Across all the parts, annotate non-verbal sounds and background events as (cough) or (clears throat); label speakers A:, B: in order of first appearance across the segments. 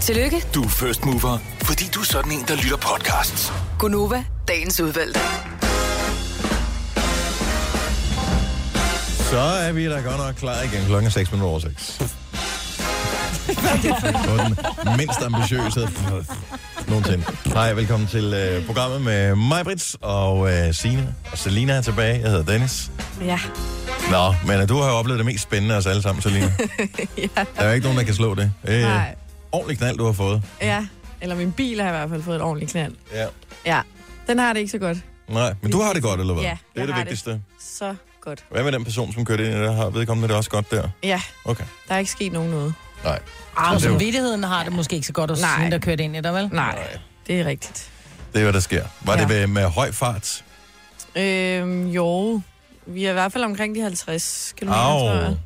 A: Tillykke,
B: Du er first mover, fordi du er sådan en, der lytter podcasts.
A: Gunova, dagens udvalgte.
C: Så er vi da godt nok klar igen. Klokken er 6 minutter over 6. Det var den mindst ambitiøse (laughs) nogensinde. Hej, velkommen til øh, programmet med mig, Brits og øh, Signe og Selina er tilbage. Jeg hedder Dennis.
D: (laughs)
E: Ja.
C: Nå, men øh, du har jo oplevet det mest spændende af os alle sammen,
E: (laughs)
C: Selina.
E: ja.
C: Der er jo ikke nogen, der kan slå det. Øh,
E: Nej.
C: ordentlig knald, du har fået.
E: Ja. Eller min bil har i hvert fald fået et ordentligt knald.
C: Ja.
E: Ja. Den har det ikke så godt.
C: Nej, men du har det godt, eller hvad?
E: Ja,
C: det
E: jeg
C: er det
E: har det.
C: vigtigste. Det.
E: Så godt.
C: Hvad med den person, som kørte ind i det? Har vedkommende det også godt der?
E: Ja,
C: Okay.
E: der er ikke sket nogen noget.
C: Nej.
F: Ah,
C: det
F: og
C: var-
F: samvittigheden har det måske ikke så godt hos
E: Nej.
F: hende, der kørte ind i dig, vel?
E: Nej, det er rigtigt.
C: Det er, hvad der sker. Var ja.
F: Ja.
C: det med, med høj fart?
E: Øhm, jo. Vi er i hvert fald omkring de 50 km, tror jeg.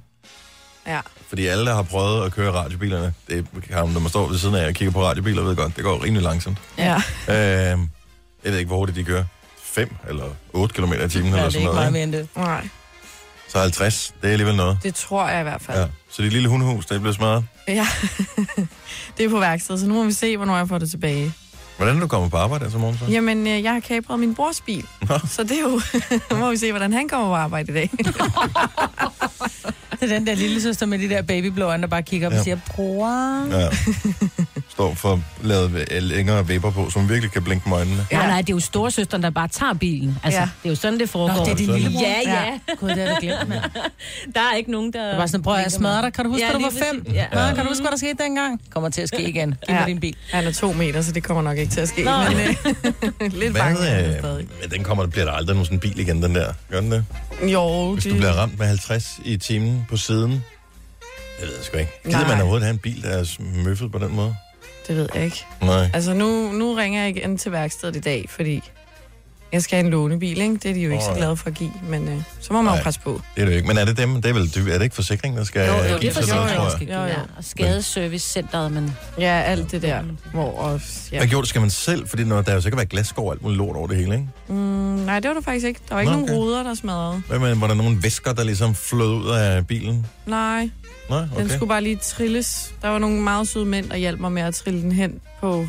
E: Ja.
C: Fordi alle, der har prøvet at køre radiobilerne, det kan man, når man står ved siden af og kigger på radiobiler, ved godt, det går rimelig langsomt.
E: Ja.
C: Øh, jeg ved ikke, hvor hurtigt de kører. 5 eller 8 km i timen
F: Ja,
C: eller
F: det er
C: sådan
F: ikke
C: noget.
F: meget
C: Ikke?
F: mere end det.
E: Nej,
C: Så 50, det er alligevel noget.
E: det tror jeg i hvert fald.
C: Ja. Så det lille hundehus, det blev smadret.
E: Ja. (laughs) det er på værkstedet, så nu må vi se, hvornår jeg får det tilbage.
C: Hvordan er du kommet på arbejde altså morgen så?
E: Jamen, øh, jeg har kapret min brors bil,
C: Nå.
E: så det er jo... (laughs) nu må vi se, hvordan han kommer på arbejde i dag.
F: Det er den der lille søster med de der babyblå øjne, der bare kigger op
C: Ja.
F: og siger, bror.
C: Ja. Står for at lave øh, længere vipper på, så man virkelig kan blinke med øjnene.
G: Ja.
E: Ja.
G: Nej, nej, det er jo storesøsteren, der bare tager bilen. Altså,
E: Ja.
G: ja. det er jo sådan, det
F: Nå,
G: foregår.
F: det er din
C: sådan.
F: lillebror.
G: Ja,
E: Ja.
G: ja.
F: Gud, det er da glemt, mand.
E: (laughs)
G: Der er ikke nogen, der...
F: Jeg var sådan, bror, jeg smadrer dig. Kan du huske,
G: Ja,
F: ja, du
G: lige
F: var fem?
G: præcis.
F: Ja.
G: Ja.
F: Nå, kan du huske, hvad der skete dengang? Kommer til at ske igen. Giv
E: Ja.
F: mig din (laughs) bil.
E: Han er to meter, så det kommer nok ikke til at ske.
G: Nå.
E: Men, øh, (laughs) lidt bange er han
C: Hvad,
E: stadig.
C: øh, men den kommer, bliver der aldrig nogen sådan bil igen, den der. Gør den det?
E: Jo,
C: Hvis
E: det...
C: du bliver ramt med 50 i timen på siden, jeg ved det sgu ikke. Gider
E: Nej.
C: man overhovedet have en bil, der er møffet på den måde?
E: Det ved jeg ikke.
C: Nej.
E: Altså, nu, nu ringer jeg igen til værkstedet i dag, fordi jeg skal have en lånebil, ikke? Det er de jo ikke
C: Åh,
E: så
C: ja.
E: glade for at give, men øh, så må man
C: Nej.
E: jo presse på.
C: Det er det jo ikke. Men er det dem? Det er, vel, det er det ikke forsikringen, der skal
G: Jo, jo, det
C: give
G: er
C: sig noget, tror
G: forsikringen, der
C: jeg?
G: skal give.
E: Jo, jo.
G: Ja, og skadeservicecenteret, men...
E: Ja, alt det der, hvor... Og, ja.
C: Hvad gjorde det, skal man selv? Fordi når der er jo sikkert være glasskår og alt muligt lort over det hele, ikke?
E: Mm, nej, det var det faktisk ikke. Der var ikke
C: Nå,
E: Nå, nogen
C: okay.
E: ruder, der smadrede.
C: Hvad med, var der nogle væsker, der ligesom flød ud af bilen?
E: Nej,
C: Nej,
E: den
C: okay.
E: skulle bare lige trilles. Der var nogle meget søde mænd, der hjalp mig med at trille den hen på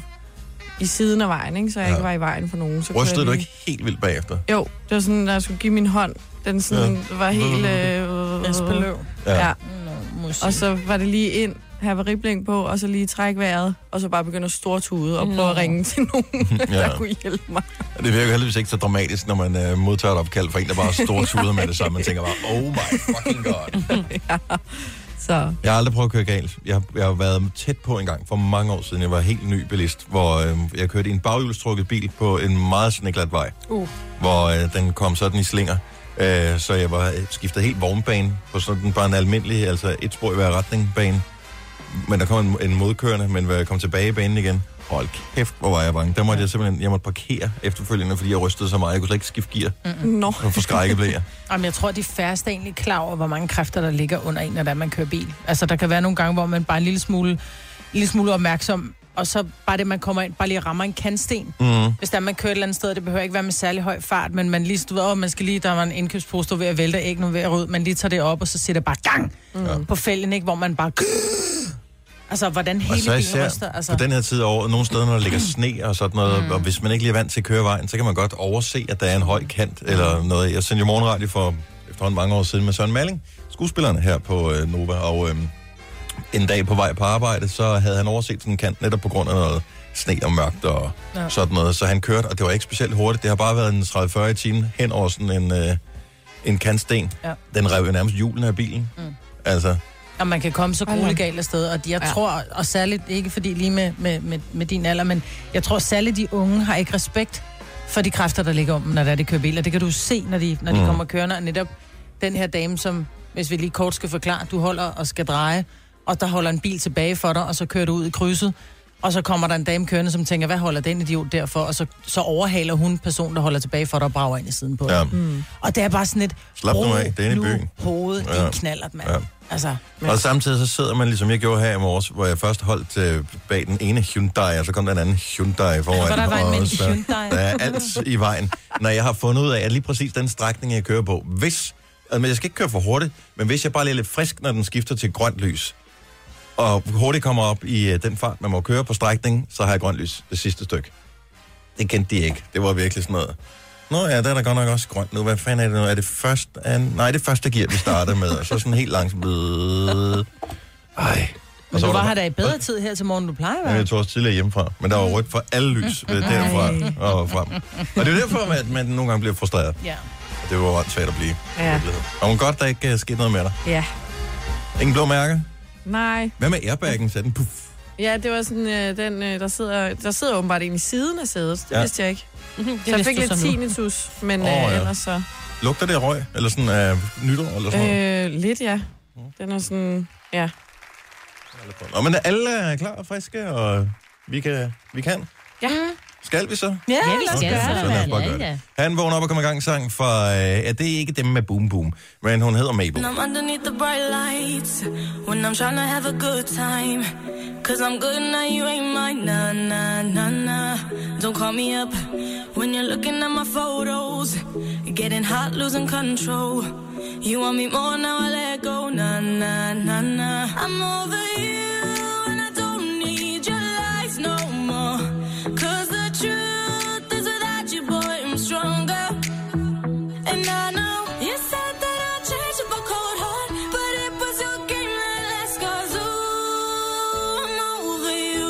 E: i siden af vejen, ikke? så jeg
C: Ja.
E: ja. ikke var i vejen for nogen. Så kunne jeg
C: Rystede du
E: lige-
C: ikke helt vildt bagefter?
E: Jo, det var sådan, når jeg skulle give min hånd, den sådan ja. var helt... Øh,
F: Den spiller
E: Ja.
F: Nå, musik.
E: Og så var det lige ind, have ribling på, og så lige trække vejret, og så bare begynde at stortude og prøve at ringe til nogen, der
C: (laughs) Ja.
E: kunne hjælpe mig.
C: Og Det virker heldigvis ikke så dramatisk, når man øh, modtager et opkald fra en, der bare står tuder med det samme. Man tænker bare, oh my fucking god.
E: (laughs) Så
C: Jeg har aldrig prøvet at køre galt. Jeg, har- jeg har været tæt på en gang for mange år siden. Jeg var helt ny bilist, hvor øh, jeg kørte i en baghjulstrukket bil på en meget sneglat vej.
E: Uh.
C: Hvor øh, den kom sådan i slinger. Øh, så jeg var øh, skiftet helt vognbane på sådan bare en almindelig, altså et spor i hver retning bane. Men der kom en, en modkørende, men jeg kom tilbage i banen igen. Hold kæft, hvor var jeg bange. Der måtte jeg simpelthen jeg måtte parkere efterfølgende, fordi jeg rystede så meget. Jeg kunne slet ikke skifte gear.
E: nå.
C: Og forskrækket blev jeg.
F: Jamen, jeg tror, de færreste er egentlig klar over, hvor mange kræfter, der ligger under en, når det er, man kører bil. Altså, der kan være nogle gange, hvor man bare er en lille smule, en lille smule opmærksom, og så bare det, man kommer ind, bare lige rammer en kantsten.
C: Mm.
F: Hvis der er, man kører et eller andet sted, det behøver ikke være med særlig høj fart, men man lige stod over, man skal lige, der var en indkøbspose, der var ved at vælte, ikke noget ved at rydde, man lige tager det op, og så sætter bare gang
C: Ja.
F: mm. på fælgen, ikke, hvor man bare... Altså, hvordan
C: Og
F: hele
C: så
F: bilen
C: især altså.
F: ryster. Altså.
C: på den her tid af året, nogle steder, når der ligger sne og sådan noget, mm. og hvis man ikke lige er vant til at køre vejen, så kan man godt overse, at der er en høj kant eller noget. Jeg sendte jo morgenradio for efterhånden mange år siden med Søren Malling, skuespilleren her på øh, Nova, og øh, en dag på vej på arbejde, så havde han overset sådan en kant netop på grund af noget sne og mørkt og ja.
F: Ja.
C: sådan noget. Så han kørte, og det var ikke specielt hurtigt. Det har bare været en 30-40 i timen hen over sådan en, øh, en kantsten. Ja.
F: Ja.
C: Den rev jo nærmest hjulen af bilen. Mm. Altså,
F: Og man kan komme så grueligt galt afsted, og de- jeg
E: Ja.
F: ja. tror, og særligt ikke fordi lige med, med, med, med din alder, men jeg tror særligt de unge har ikke respekt for de kræfter, der ligger om, når der er, de kører biler. Det kan du se, når de, når de
C: Mm.
F: mm. kommer kørende, og netop den her dame, som, hvis vi lige kort skal forklare, du holder og skal dreje, og der holder en bil tilbage for dig, og så kører du ud i krydset, og så kommer der en dame kørende, som tænker, hvad holder den idiot derfor? Og så, så overhaler hun personen, der holder tilbage for dig og brager ind i siden på.
C: ja.
F: Ja. Og det er bare sådan et...
C: Slap nu
F: ro
C: af, det er inde i
F: nu
C: byen.
F: hovedet,
C: Ja.
F: ja. en knallert, mand.
C: Ja.
F: Ja. Altså,
C: Men... Og samtidig så sidder man, ligesom jeg gjorde her i morges, hvor jeg først holdt øh, bag den ene Hyundai, og så kom den anden Hyundai foran.
F: Så der var en
C: og
F: mand i
C: så-
F: Hyundai.
C: Der er alt i vejen. Når jeg har fundet ud af, at lige præcis den strækning, jeg kører på, hvis, altså, men jeg skal ikke køre for hurtigt, men hvis jeg bare lige er lidt frisk, når den skifter til grønt lys, og hurtigt kommer op i øh, den fart, man må køre på strækningen, så har jeg grønt lys det sidste stykke. Det kendte de ikke. Det var virkelig sådan noget. Nå ja, der er der godt nok også grønt nu. Hvad fanden er det nu? Er det først? An... Nej, det er første gear, vi starter med. Og så sådan helt langsomt. Ej. Og
F: Men du
C: var
F: var
C: der-
F: her da i bedre tid her til morgen, du plejer, Mm.
C: Ja,
F: hva'?
C: jeg tog også tidligere hjemmefra, men der var rødt for alle lys øh, derfra
F: (laughs)
C: og frem. Og det er jo derfor, at man nogle gange bliver frustreret.
F: Ja.
C: Og det var jo svært at blive.
E: Ja.
C: Og hun godt, der ikke øh, skete noget med dig.
E: Ja.
C: Ingen blå mærker.
E: Nej.
C: Hvad med airbaggen? Sagde den puff.
E: Ja, det var sådan, øh, den, øh, der, sidder, der sidder åbenbart en i siden af sædet. Det
C: Ja.
E: ja. vidste jeg ikke.
G: (laughs) Det
E: Så jeg
G: vidste
E: fik
G: du
E: lidt
G: så nu.
E: tinnitus, men
C: Åh,
E: oh, øh,
C: ja.
E: ellers så...
C: Lugter det af røg? Eller sådan af øh, nytår? Eller sådan noget?
E: Øh, lidt, ja. Den er sådan... Ja.
F: Øh.
C: Nå, men alle er klar og friske, og vi kan. Vi kan.
E: Ja.
G: Mm.
C: Skal vi så?
F: Ja,
G: Ja, vi skal
C: Okay,
G: så.
C: så lad os bare gøre
G: Ja, ja.
C: det. Han vågner op og kommer i gang sang fra, øh, ja, det er ikke dem med Boom Boom, men hun hedder Mabel.
D: And I'm underneath the bright lights when I'm trying to have a good time. Cause I'm good now, you ain't mine. Nah, nah, nah, nah. Don't call me up when you're looking at my photos. Getting hot, losing control. You want me more now, I let go. Nah, nah, nah, nah. I'm over you and I don't need your lies no more. Cause the truth is without you, boy, I'm stronger. And I know you said that I'll change up a cold heart, but it was your game that last. Cause ooh, I'm over you.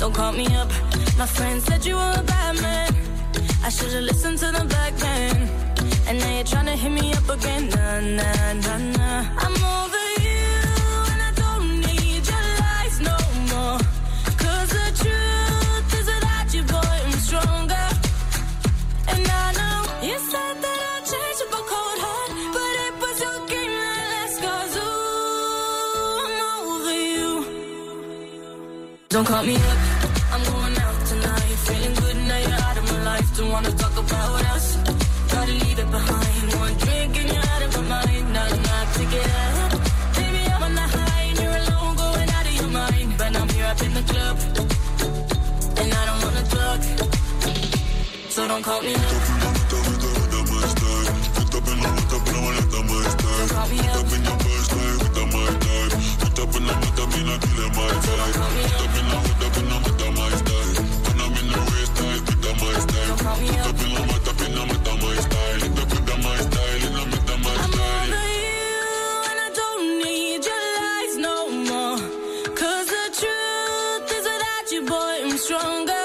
D: Don't call me up. My friend said you were a bad man. I should've listened to the back then. And now you're tryna hit me up again. Nah, nah, nah, nah. I'm over you. and I don't need your lies no more. Cause the truth is without you, boy, I'm stronger. And I know you said that I changed up a cold heart, but it was your game that last. Cause ooh, I'm over you. Don't call me up. I'm going out tonight. Feeling good now you're out of my life. Don't wanna talk about us. Gotta leave it behind. One drink and you're out of my mind. Not enough to get out. Baby, I'm on the high and you're alone, going out of your mind. But I'm here up in the club, and I don't wanna talk. So don't call me up. Stronger,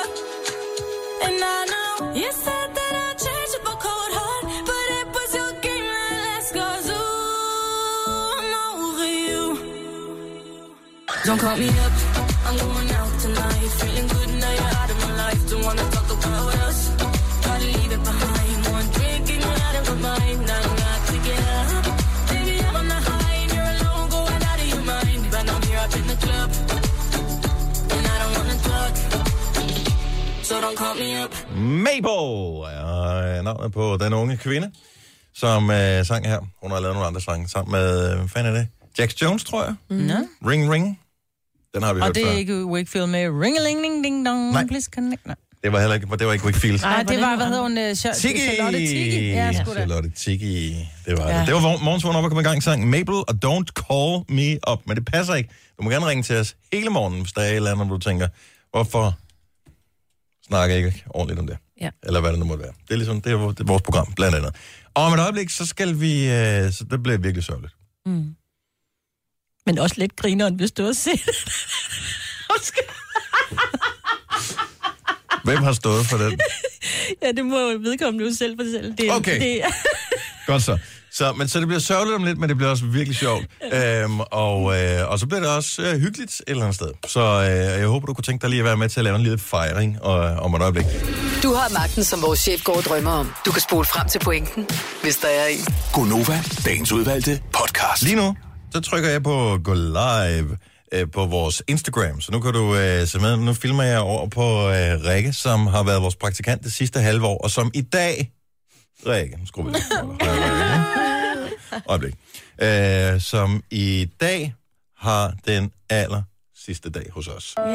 D: and I know you said that I changed up a cold heart, but it was your game that last. Cause ooh, I'm over you. Don't call me up. I'm going out tonight. Feeling good now you're out of my life. Don't wanna talk about us. Gotta leave it behind. One drink and you're out of my mind. Now I'm not to get up. Baby, I'm on the high and you're alone, going out of your mind. But I'm here up in the club, and I don't wanna talk. So don't call me up.
C: Mabel er øh, navnet på den unge kvinde, som øh, sang her. Hun har lavet nogle andre sange sammen med, øh, hvad fanden er det? Jack Jones, tror jeg.
F: Mm. Nå.
C: Ring Ring. Den har vi
F: Og
C: hørt
F: det er
C: før.
F: ikke Wakefield med ring a ling ding ding dong
C: Nej.
F: Please connect. Nej.
C: Det var heller ikke, det var ikke Wakefield.
F: Nej, det
G: hvordan
F: var,
G: var
F: hvad
G: den?
F: hedder hun? øh, Char-
C: Tiki!
F: Charlotte Tiki. Ja, sgu da.
C: Charlotte Tiki. Det var
F: Ja.
C: det. Det var hvor- morgens vågen op og kom i gang og sang Mabel og Don't Call Me Up. Men det passer ikke. Du må gerne ringe til os hele morgenen, hvis der er et eller andet, hvor du tænker, hvorfor snakker jeg ikke ordentligt om det?
G: Ja.
C: Eller hvad det nu måtte være. Det er ligesom, det er vores- det er vores program, blandt andet. Og om et øjeblik, så skal vi, øh, så det bliver virkelig sørgeligt.
G: Mm. Men også lidt grineren, hvis du har set det. (laughs)
C: Hvem har stået for den?
G: Ja, det må jo vedkommende jo selv fortælle. Det,
C: Okay.
G: Det,
C: (laughs) Godt så. så. Men så det bliver sørgeligt om lidt, men det bliver også virkelig sjovt. Øhm, og, øh, og så bliver det også øh, hyggeligt et eller andet sted. Så øh, jeg håber, du kunne tænke dig lige at være med til at lave en lille fejring og, om et øjeblik.
A: Du har magten, som vores chef går og drømmer om. Du kan spole frem til pointen, hvis der er en.
B: Gonova, dagens udvalgte podcast.
C: Lige nu, så trykker jeg på Go Live. øh, på vores Instagram. Så nu kan du øh, se med. Nu filmer jeg over på øh, Rikke, som har været vores praktikant det sidste halve år, og som i dag... Rikke, nu skruer vi lidt. for dig. Øjeblik. Øh, som i dag har den aller sidste dag hos os.
F: Det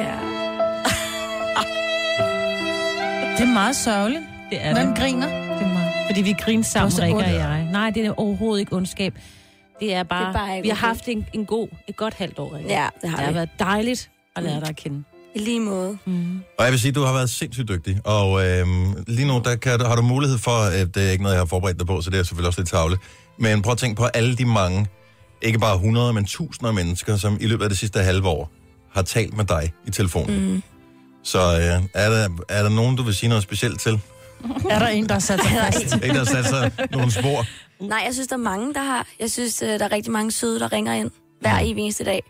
F: er meget sørgeligt.
G: Det er
F: Hvem
G: det.
F: griner?
G: det er meget. Fordi vi griner
F: Det
G: sammen,
F: var så
G: Rikke og
F: ondt.
G: jeg. Nej, det er overhovedet ikke ondskab. Det er bare,
H: Det er bare ikke
G: vi har
H: okay.
G: haft en, en god, et godt halvt år. Rikke.
H: Ja, det har
G: det har
H: vi. Mm.
G: været dejligt at lære dig at kende. Mm.
H: I lige måde.
C: Og jeg vil sige, at du har været sindssygt dygtig, og øh, lige nu der kan, har du mulighed for, at det er ikke noget, jeg har forberedt dig på, så det er selvfølgelig også lidt tavle, men prøv at tænke på alle de mange, ikke bare hundrede, men tusinder af mennesker, som i løbet af det sidste halve år har talt med dig i telefonen. Mm. Så øh, er, der, er der nogen, du vil sige noget specielt til?
F: Er der en, der har sat sig fast?
C: Ikke der har sat sig nogle spor?
H: Nej, jeg synes, der er mange, der har. Jeg synes, øh, der er rigtig mange søde, der ringer ind hver
C: Mm.
H: evig eneste dag.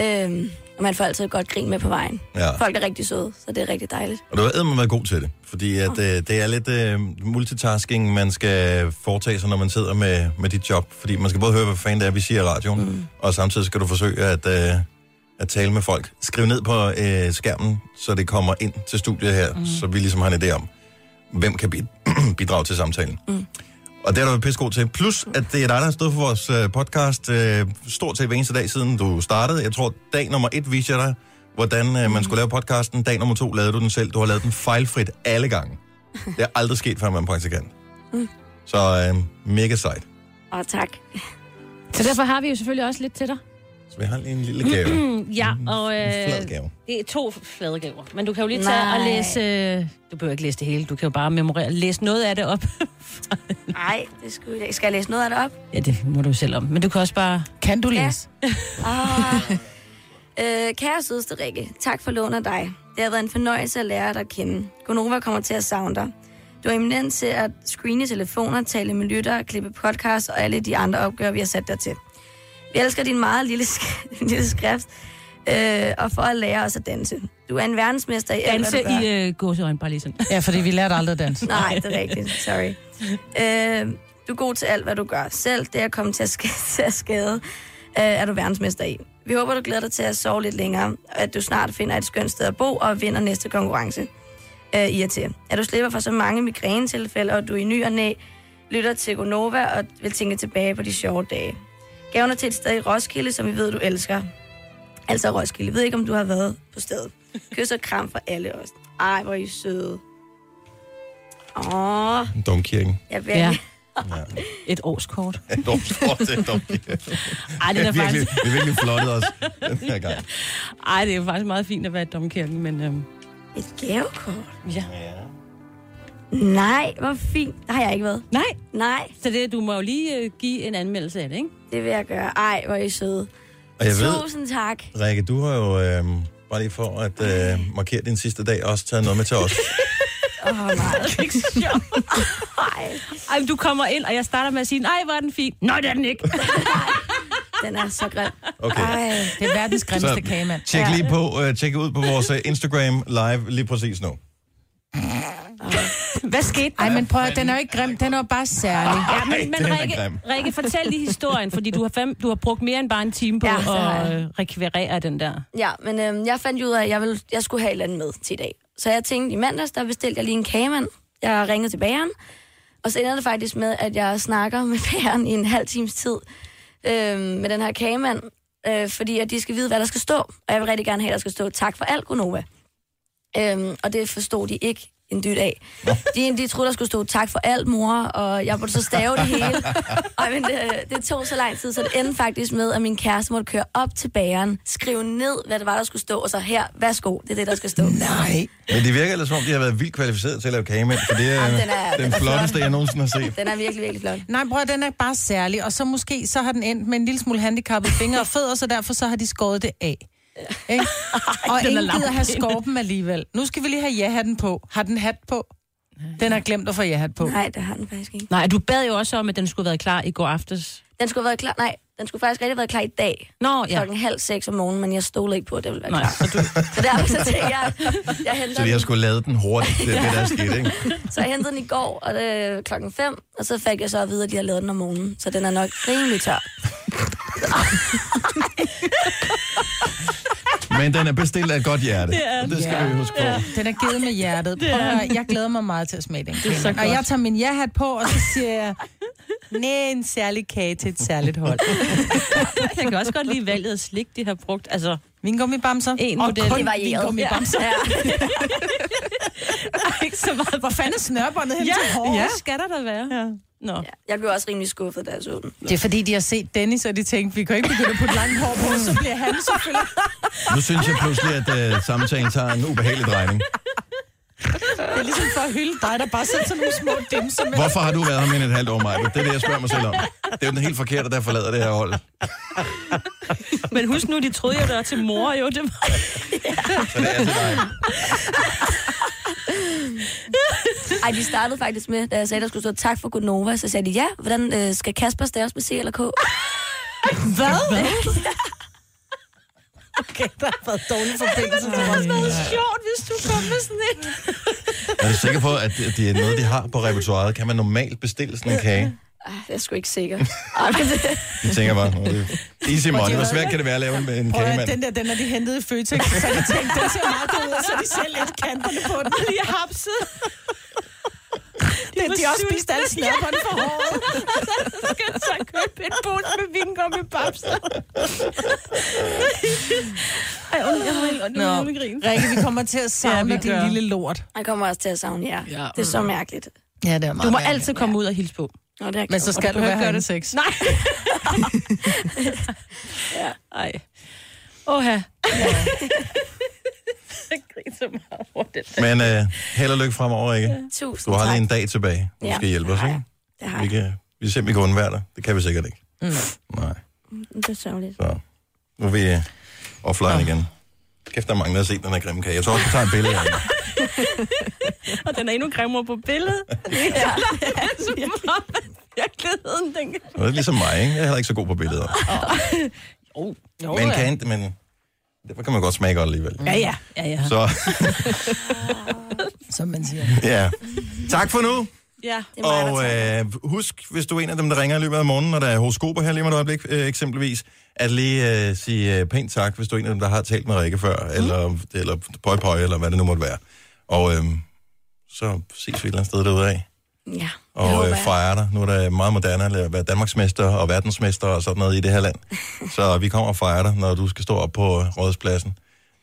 H: Øhm, og man får altid et godt grin med på vejen.
C: Ja.
H: Folk er rigtig søde, så det er rigtig dejligt.
C: Og du har eddermame været god til det, fordi at, øh, det er lidt øh, multitasking, man skal foretage sig, når man sidder med, med dit job. Fordi man skal både høre, hvad fanden det er, vi siger i radioen, mm. og samtidig skal du forsøge at, øh, at tale med folk. Skriv ned på øh, skærmen, så det kommer ind til studiet her, mm. så vi ligesom har en idé om, hvem kan bi- (clears throat) bidrage til samtalen. Mm. Og det er du været pissegod til. Plus, at det er dig, der har stået for vores øh, podcast øh, stort set hver eneste dag, siden du startede. Jeg tror, dag nummer et viste jeg dig, hvordan øh, man skulle lave podcasten. Dag nummer to lavede du den selv. Du har lavet den fejlfrit alle gange. Det er aldrig sket, før man er praktikant. Så øh, mega sejt.
H: Og tak.
G: Så derfor har vi jo selvfølgelig også lidt til dig.
C: Så vi har lige en lille gave. En
G: Mm, (clears throat) ja, og
C: flad
G: øh,
C: gave.
G: det er to flade gaver. Men du kan jo lige tage
H: Nej.
G: og læse... Øh, du behøver ikke læse det hele. Du kan jo bare memorere. Læse noget af det op. (laughs)
H: Nej, det skulle jeg ikke. Skal jeg læse noget af det op?
G: ja, det må du selv om. Men du kan også bare...
F: Kan du læse?
H: Ah. øh, kære sødeste Rikke, tak for lån af dig. Det har været en fornøjelse at lære dig at kende. Gonova kommer til at savne dig. Du er eminent til at screene telefoner, tale med lyttere, klippe podcasts og alle de andre opgaver, vi har sat dig til. Vi elsker din meget lille, sk- (laughs) lille skrift, øh, og for at lære os at danse. Du er en verdensmester i alt,
G: Danse
H: hvad du gør.
G: i øh, gåseøjne, bare lige sådan.
F: Ja, fordi vi lærte aldrig at
G: (laughs)
F: danse.
H: Nej, det er rigtigt. Sorry. Øh, du er god til alt, hvad du gør. Selv det at komme til at, sk- (laughs) til at skade, øh, er du verdensmester i. Vi håber, du glæder dig til at sove lidt længere, og at du snart finder et skønt sted at bo og vinder næste konkurrence øh, i og til. At du slipper for så mange migrænetilfælde, og du i ny og næ lytter til Gonova og vil tænke tilbage på de sjove dage. Gaven er til et sted i Roskilde, som vi ved, du elsker. Altså Roskilde. Jeg ved ikke, om du har været på stedet. Kys og kram for alle os. Ej, hvor er I søde. Åh. (laughs)
C: Domkirken.
H: Jeg
G: Ja.
H: vil.
G: Et årskort.
C: Ja, Domkirken. Det er domkirken.
G: Ej,
C: Vi
G: det
C: har
G: er
C: virkelig,
G: da faktisk...
C: vi har virkelig flottet
G: (laughs)
C: os den her gang.
G: Ej, det er faktisk meget fint at være i domkirken, men... Øhm,
H: Et gavekort?
G: ja.
H: Nej, hvor fint. Der har jeg ikke været.
G: Nej,
H: Nej,
G: så det, du må jo lige øh, give en anmeldelse af det, ikke?
H: det vil jeg gøre. Ej, hvor er I søde.
C: Og jeg ved,
H: Tusind tak.
C: Rikke, du har jo, øh, bare lige for at øh, markere din sidste dag, også taget noget med til os.
H: Åh, oh,
G: (laughs)
H: nej. Ej,
G: Ej, men du kommer ind, og jeg starter med at sige, nej, hvor er den fin. Nej, det er den
H: (laughs)
G: ikke.
H: den er så grim.
C: Okay.
H: Ej,
F: Det er verdens grimmeste
C: Så-
F: kagemand.
C: Tjek lige på, øh, tjek ud på vores øh, Instagram live lige præcis nu.
G: Hvad skete der?
F: Ej, men prøv at, den er jo ikke grim, den er jo bare særlig.
G: Ja, men, men
C: den er
G: Rikke,
C: grim.
G: Rikke, fortæl lige historien, fordi du har, fem, du har brugt mere end bare en time på
H: Ja,
G: ja,
H: det har
G: at
H: jeg.
G: øh, rekvirere den der.
H: Ja, men øhm, jeg fandt jo ud af, at jeg, ville, jeg skulle have et eller andet med til i dag. Så jeg tænkte, i mandags, der bestilte jeg lige en kagemand. Jeg ringede til bageren, og så ender det faktisk med, at jeg snakker med (laughs) bageren i en halv times tid øhm, med den her kagemand, øh, fordi at de skal vide, hvad der skal stå. Og jeg vil rigtig gerne have, at der skal stå, tak for alt, Gunova. Øhm, og det forstod de ikke en dyt af. De, de troede, der skulle stå tak for alt, mor, og jeg måtte så stave det
G: (laughs)
H: hele. Og, men øh, det, det tog så lang tid, så det endte faktisk med, at min kæreste måtte køre op til bageren, skrive ned, hvad det var, der skulle stå, og så her, værsgo, det er det, der skal stå.
F: Nej.
C: Men det virker ellers som om, de har været vildt kvalificeret til at lave kagemænd, for det er,
H: Jamen,
C: den,
H: den er-
C: er, den
H: den er
C: flotteste, jeg nogensinde har set.
H: Den er virkelig, virkelig flot.
F: Nej, bror, den er bare særlig. Og så måske, så har den endt med en lille smule handicappede fingre og fødder, så derfor så har de skåret det af. Ikke? Og
G: den er
F: ingen gider
G: lang.
F: have skorpen alligevel. Nu skal vi lige have ja-hatten på. Har den hat på? Den har glemt at få ja-hat på.
H: Nej, det har den faktisk ikke.
G: Nej, du bad jo også om, at den skulle have været klar i går aftes.
H: Den skulle have været klar, nej, den skulle faktisk rigtig have været klar i dag.
G: Nå, ja.
H: Klokken halv seks om morgenen, men jeg stolede ikke på, at det ville være
G: Nej,
H: klar.
G: så du,
H: Så derfor
G: Altså,
H: så tænkte jeg, jeg henter
C: Så de har
H: den.
C: skulle lavet den hurtigt, det er det, der er sket, ikke?
H: Så jeg hentede den i går, og det er klokken 5, og så fik jeg så at vide, at de har lavet den om morgenen, så den er nok rimelig tør.
C: Men den er bestilt af et godt
H: (laughs)
C: hjerte. Det,
G: er den.
C: det skal
F: Ja.
C: vi huske på. Ja.
F: Den er givet med hjertet. Prøv at høre, jeg glæder mig meget til at smage den
G: så
F: kage. Og
G: godt.
F: jeg tager min ja-hat på, og så siger jeg, nej, en særlig kage til et særligt hold.
G: (laughs) Jeg kan også godt lide valget af slik, de har brugt. Altså,
F: Vingummibamser.
G: En
F: og
G: model.
F: kun
H: Det er varieret.
F: vingummibamser. (laughs)
H: Ja.
G: der er ikke så meget.
F: Hvor fanden er snørbåndet hen
G: Ja,
F: til håret?
G: ja. skal der da være. Ja. Nå.
H: Ja. Jeg blev også rimelig skuffet, da jeg så den.
F: Det er fordi, de har set Dennis, og de tænkte, vi kan ikke begynde at putte langt hår
H: (laughs)
F: på, så bliver han selvfølgelig...
C: Nu synes jeg pludselig, at uh, samtalen tager en ubehagelig
H: (laughs)
C: drejning.
F: Det er ligesom for at hylde dig, der bare sidder sådan nogle små dimser med.
C: Hvorfor har du været her med en et halvt år, Maja? Det er det, jeg spørger mig selv om. Det er jo den helt forkerte, der forlader det her hold.
G: Men husk nu, de troede jo, der var til mor, jo. Det var...
C: Så det er til dig.
H: Ej, de startede faktisk med, da jeg sagde, at der skulle stå tak for Gunova, så sagde de, ja, hvordan øh, skal Kasper staves med C eller K?
F: (laughs) Hvad? Okay, der har været dårlige forbindelser til os.
G: sjovt, hvis du kom med sådan en.
C: Er du sikker på, at det det er noget, de har på repertoireet? Kan man normalt bestille sådan en kage?
H: Ej, jeg er sgu ikke
F: (laughs)
H: sikker. Ej, men det,
C: Jeg tænker bare, "Nå, det
H: (laughs)
C: er easy money. Hvor svært kan det være at lave en, en
F: Prøv at høre,
C: kagemand?
F: den der, den er de hentet i Føtex, så de tænkte, den ser meget god ud, så de selv lidt kanterne på (laughs) den.
G: Lige hapset.
F: De, de har også spist alle snærberne for håret.
G: Så skal jeg så købe en pose med vingummi babser. Ej, undskyld, jeg har helt
F: Nå.
G: ondt grin.
F: Rikke, vi kommer til at savne
G: Ja,
F: ja,
G: vi
F: din
G: gør.
F: lille lort.
H: jeg kommer også til at savne jer.
G: Ja.
H: Ja. Det er så mærkeligt.
F: Ja, det er meget
G: Du må altid komme ud og hilse på.
H: Nå, det er jeg
F: Men
H: glad
F: så
H: for.
F: skal du
G: behøver
F: være
G: ikke gøre
F: herinde
G: det.
F: seks.
G: Nej. ja. Ej. Åha. Jeg griner så meget over det.
C: Men uh, held og lykke fremover, ikke? Du
H: Tusind
C: har lige
H: tak.
C: en dag tilbage. Du
H: Ja,
C: skal hjælpe
H: det
C: os,
H: har
C: ikke?
H: jeg. Det har
C: Vi
H: jeg.
C: kan, vi ser, om vi kan undvære dig. Det kan vi sikkert ikke.
F: Mm.
C: Nej.
H: Det er sørgeligt.
C: Så nu er vi øh, offline
H: Ah.
C: igen. Kæft, der er mange, der har set den her grimme kage. Jeg tror også, vi tager et billede af den.
G: (laughs) Og den er endnu grimmere på
C: (laughs)
G: billedet. (laughs) Ja. Det er som om, at virkeligheden, den kan...
C: Det er ligesom mig, ikke? Jeg er heller ikke så god på billeder.
G: Oh, jo,
C: Men, kan, men derfor kan man godt smage godt
F: Mm.
C: alligevel.
G: Ja, ja. ja, ja.
C: Så
F: (laughs) Som man siger.
C: ja. Tak for nu.
G: ja.
H: Det er mig, der
C: Og
H: tager den.
C: øh, husk, hvis du er en af dem, der ringer i løbet af morgenen, når der er horoskoper her lige om et øjeblik øh, eksempelvis, at lige øh, sige øh, pænt tak, hvis du er en af dem, der har talt med Rikke før, mm. eller, eller pøj pøj, eller hvad det nu måtte være. Og øh, så ses vi et eller andet sted derude af.
H: Ja, det
C: og
H: håber
C: øh,
H: jeg.
C: fejrer dig. Nu er der meget moderne at være Danmarksmester og verdensmester og sådan noget i det her land. Så vi kommer og fejrer dig, når du skal stå op på Rådspladsen.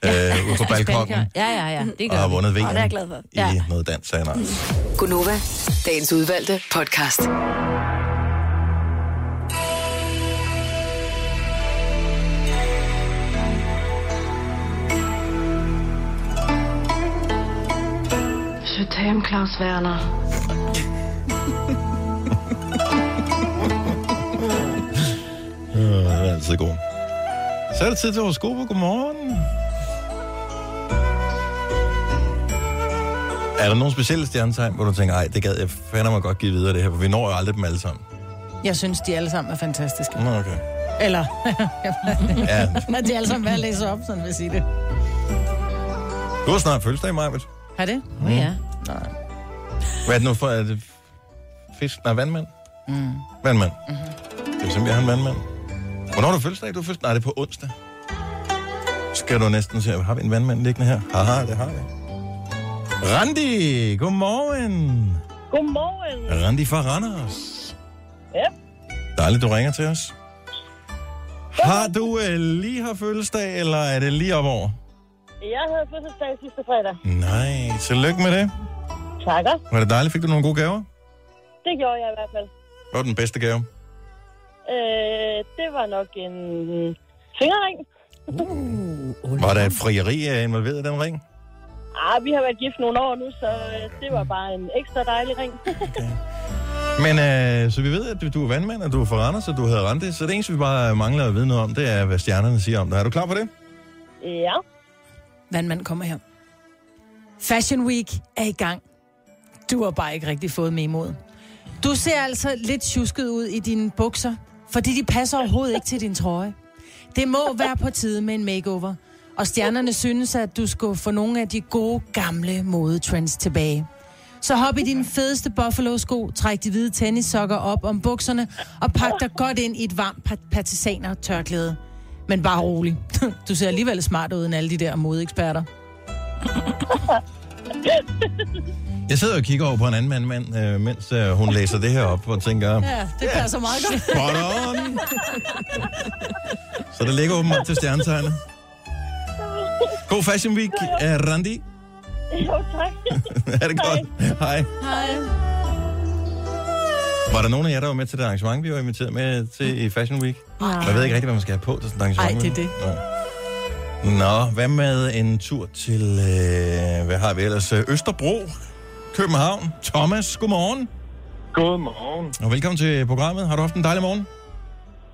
C: Ja. Øh, ude
I: (laughs)
C: på balkongen
G: Ja, ja, ja. Det
C: og
G: gør
C: har
G: vi.
C: vundet VM
H: Åh, det er jeg glad for.
C: i
H: Ja.
C: noget dans af en art.
A: Gunova, dagens udvalgte podcast.
J: Je t'aime, Claus Werner.
C: Øh, det er altid god. Så er det tid til vores gode. Godmorgen. Er der nogle specielle stjernetegn, hvor du tænker, ej, det gad jeg fandme godt give videre det her, for vi når jo aldrig dem alle sammen.
F: Jeg synes, de alle sammen er fantastiske.
C: Nå, okay.
F: (laughs) Eller,
C: Ja,
F: men de er alle sammen værd at læse op, sådan vil jeg sige det.
C: du har snart fødselsdag, Majbet. Mm.
F: Har det?
G: Åh, Ja.
C: Hvad er det nu for? Er det fisk? Nej, vandmand? Mm. Vandmand. Mm-hmm. Det er simpelthen en vandmand. Hvornår har du fødselsdag? Du er fødselsdag? Nej, det er på onsdag. Skal du næsten se, har vi en vandmand liggende her? Haha, det har vi. Randi, godmorgen.
K: Godmorgen.
C: Randi fra Randers.
K: Ja.
C: Dejligt, du ringer til os. Har du øh, lige har fødselsdag, eller er det lige op over?
K: Jeg havde fødselsdag sidste fredag.
C: Nej, tillykke med det.
K: Takker.
C: Var det dejligt? Fik du nogle gode gaver?
K: Det gjorde jeg i hvert fald.
C: Hvad var den bedste gave?
K: Øh, det var nok en fingerring.
C: Uh. Var der et frieri øh, involveret i den ring?
K: Ah, vi har været gift nogle år nu, så øh, det var bare en ekstra dejlig ring.
C: Men øh, så vi ved, at du- du er vandmand, og du er fra Randers, og du hedder Randi. Så det eneste, vi bare mangler at vide noget om, det er, hvad stjernerne siger om dig. Er du klar på det?
K: ja.
F: Vandmand kommer her. Fashion Week er i gang. Du har bare ikke rigtig fået memoet. Du ser altså lidt tjusket ud i dine bukser, fordi de passer overhovedet ikke til din trøje. Det må være på tide med en makeover. Og stjernerne synes, at du skulle få nogle af de gode, gamle modetrends tilbage. Så hop i dine fedeste buffalo-sko, træk de hvide tennissokker op om bukserne, og pak dig godt ind i et varmt pa- partisaner-tørklæde. Men bare rolig. (laughs) Du ser alligevel smart ud end alle de der modeeksperter.
C: Jeg sidder og kigger over på en anden mand, mand øh, mens øh, hun læser det her op, og tænker,
F: Ja, det passer meget godt.
C: Spot on. så det ligger åbenbart til stjernetegnet. God Fashion Week, øh,
K: (laughs)
C: Randi. (laughs)
K: Jo, tak.
G: (laughs)
C: er det godt? Hej.
F: Hej.
C: Var der nogen af jer, der var med til det arrangement, vi var inviteret med til i Fashion Week?
F: Nej.
C: Jeg ved ikke rigtig, hvad man skal have på til sådan et arrangement.
F: Ej, det er det.
C: Nå. Nå, hvad med en tur til, øh, hvad har vi ellers? Øh, Østerbro, København. Thomas, godmorgen.
L: Godmorgen.
C: Og velkommen til programmet. Har du haft en dejlig morgen? Mm.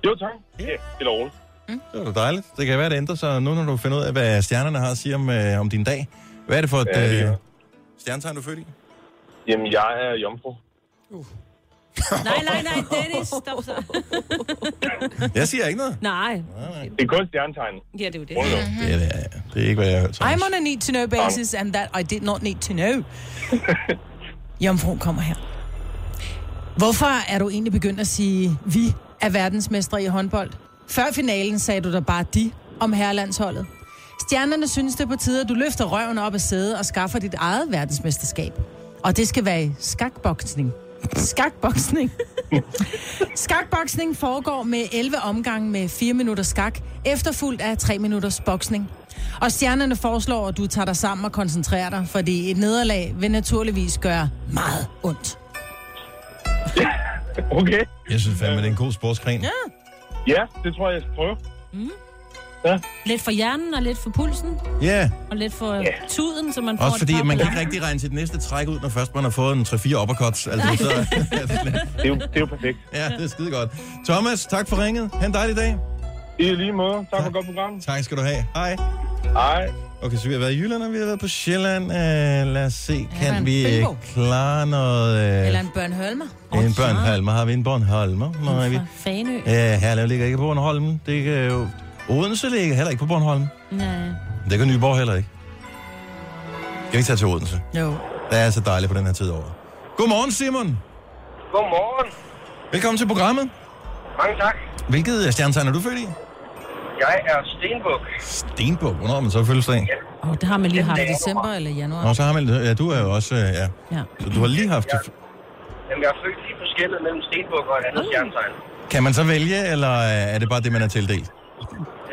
L: Jo, tak. Ja, det er roligt.
C: Det var da dejligt. Det kan være, det ændrer sig nu, når du finder ud af, hvad stjernerne har at sige om, øh, om din dag. Hvad er det for et...
L: Ja, det
C: øh,
L: er.
C: Stjernetegn, du er født i?
L: Jamen, jeg er jomfru.
G: Nej, nej, nej, Dennis, stop så.
C: Jeg siger ikke noget.
G: Nej.
L: Det er kun stjernetegnet.
G: Ja, det er jo det.
C: Det er, det- det er ikke, hvad jeg har hørt.
F: I'm on a need to know basis, and that I did not need to know. Jomfru kommer her. Hvorfor er du egentlig begyndt at sige, vi er verdensmestre i håndbold? Før finalen sagde du da bare de om herrelandsholdet. Stjernerne synes det er på tide, at du løfter røven op af sædet og skaffer dit eget verdensmesterskab. Og det skal være i skakboksning. Skakboksning. Skakboksning foregår med 11 omgange med 4 minutter skak, efterfulgt af 3 minutters boksning. Og stjernerne foreslår, at du tager dig sammen og koncentrerer dig, fordi et nederlag vil naturligvis gøre meget ondt.
L: Okay.
C: Jeg synes fandme, det er en god sportsgren. Ja.
L: Ja, det tror jeg, jeg skal prøve.
G: Mm. Lidt for hjernen og lidt for pulsen.
C: Ja,
G: Og lidt for
C: Ja.
G: tuden, så man får
C: også
G: et
C: fordi
G: par
C: man kan ikke
G: balancer.
C: rigtig regne sit næste træk ud, når først man har fået en 3-4 uppercuts. Altså, så,
L: Det er, jo, det er jo perfekt.
C: ja, det er skide godt. Thomas, tak for ringet. Ha' en dejlig dag.
L: I lige måde. Tak for et godt program.
C: Tak skal du have. Hej.
L: Hej.
C: Okay, så vi har været i Jylland, og vi har været på Sjælland. Uh, lad os se, kan
F: en
C: vi øh,
F: Fynbo.
C: klare noget... øh,
F: Eller en børnhølmer.
C: En Bornholmer. Har vi en Bornholmer? Nej, vi...
G: Fanø.
C: Ja, Herlev ligger ikke på Bornholm. Det kan jo... Odense ligger heller ikke på Bornholm.
G: Nej.
C: Det kan Nyborg heller ikke. Kan vi ikke tage til Odense?
F: Jo.
C: Det er så dejligt på den her tid over. Godmorgen, Simon.
L: Godmorgen.
C: Velkommen til programmet.
L: Mange tak.
C: Hvilket øh, stjernetegn er du født i?
L: Jeg er Stenbuk.
C: Stenbog. Hvornår har man så fødselsdag?
F: Og det har man lige haft i december eller januar.
C: Nå, så har man... Ja, du er jo også... øh, Ja.
F: Ja.
C: Så du har lige haft...
L: Jamen, jeg er født lige på skældet mellem Stenbuk og et andet stjernetegn.
C: Kan man så vælge, eller øh, er det bare det, man er tildelt?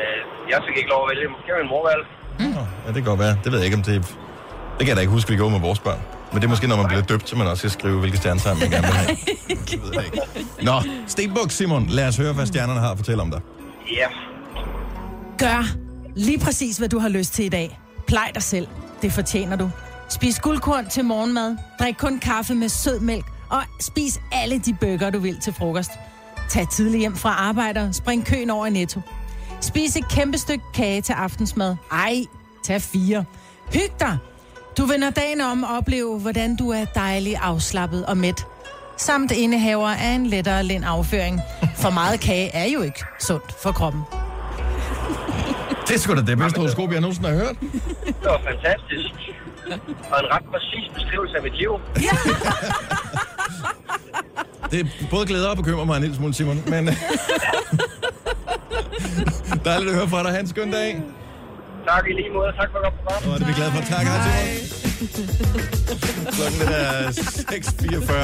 L: Øh, jeg fik ikke lov at vælge. Måske min mor valgte.
C: Ja, det kan godt være. Det ved jeg ikke, om det... Det kan jeg da ikke huske, vi gjorde med vores børn. Men det er måske, når man bliver døbt, så man også skal skrive, hvilke stjernetegn man gerne vil have. Det ved jeg ikke. Nå, Stenbuk, Simon. Lad os høre, hvad stjernerne har at fortælle om dig.
L: Ja.
F: Gør lige præcis, hvad du har lyst til i dag. Plej dig selv. Det fortjener du. Spis guldkorn til morgenmad. Drik kun kaffe med sød mælk. Og spis alle de bøger, du vil til frokost. Tag tidligt hjem fra arbejde og spring køen over i Netto. Spis et kæmpe stykke kage til aftensmad. Ej, tag fire. Hyg dig. Du vender dagen om og opleve, hvordan du er dejlig afslappet og mæt. Samt indehaver af en lettere lind afføring. For meget kage er jo ikke sundt for kroppen.
C: Det er sgu da det bedste horoskop, jeg nogensinde har hørt.
L: Det var fantastisk. Og en ret præcis beskrivelse af mit liv.
C: Det både glæder og bekymrer mig en lille smule, Simon. Men... øh, (laughs) Dejligt at høre fra dig. Ha' en skøn dag.
L: Tak i lige måde. Tak for et godt program.
C: Og det er vi glade for. Tak, hej Simon. Klokken den er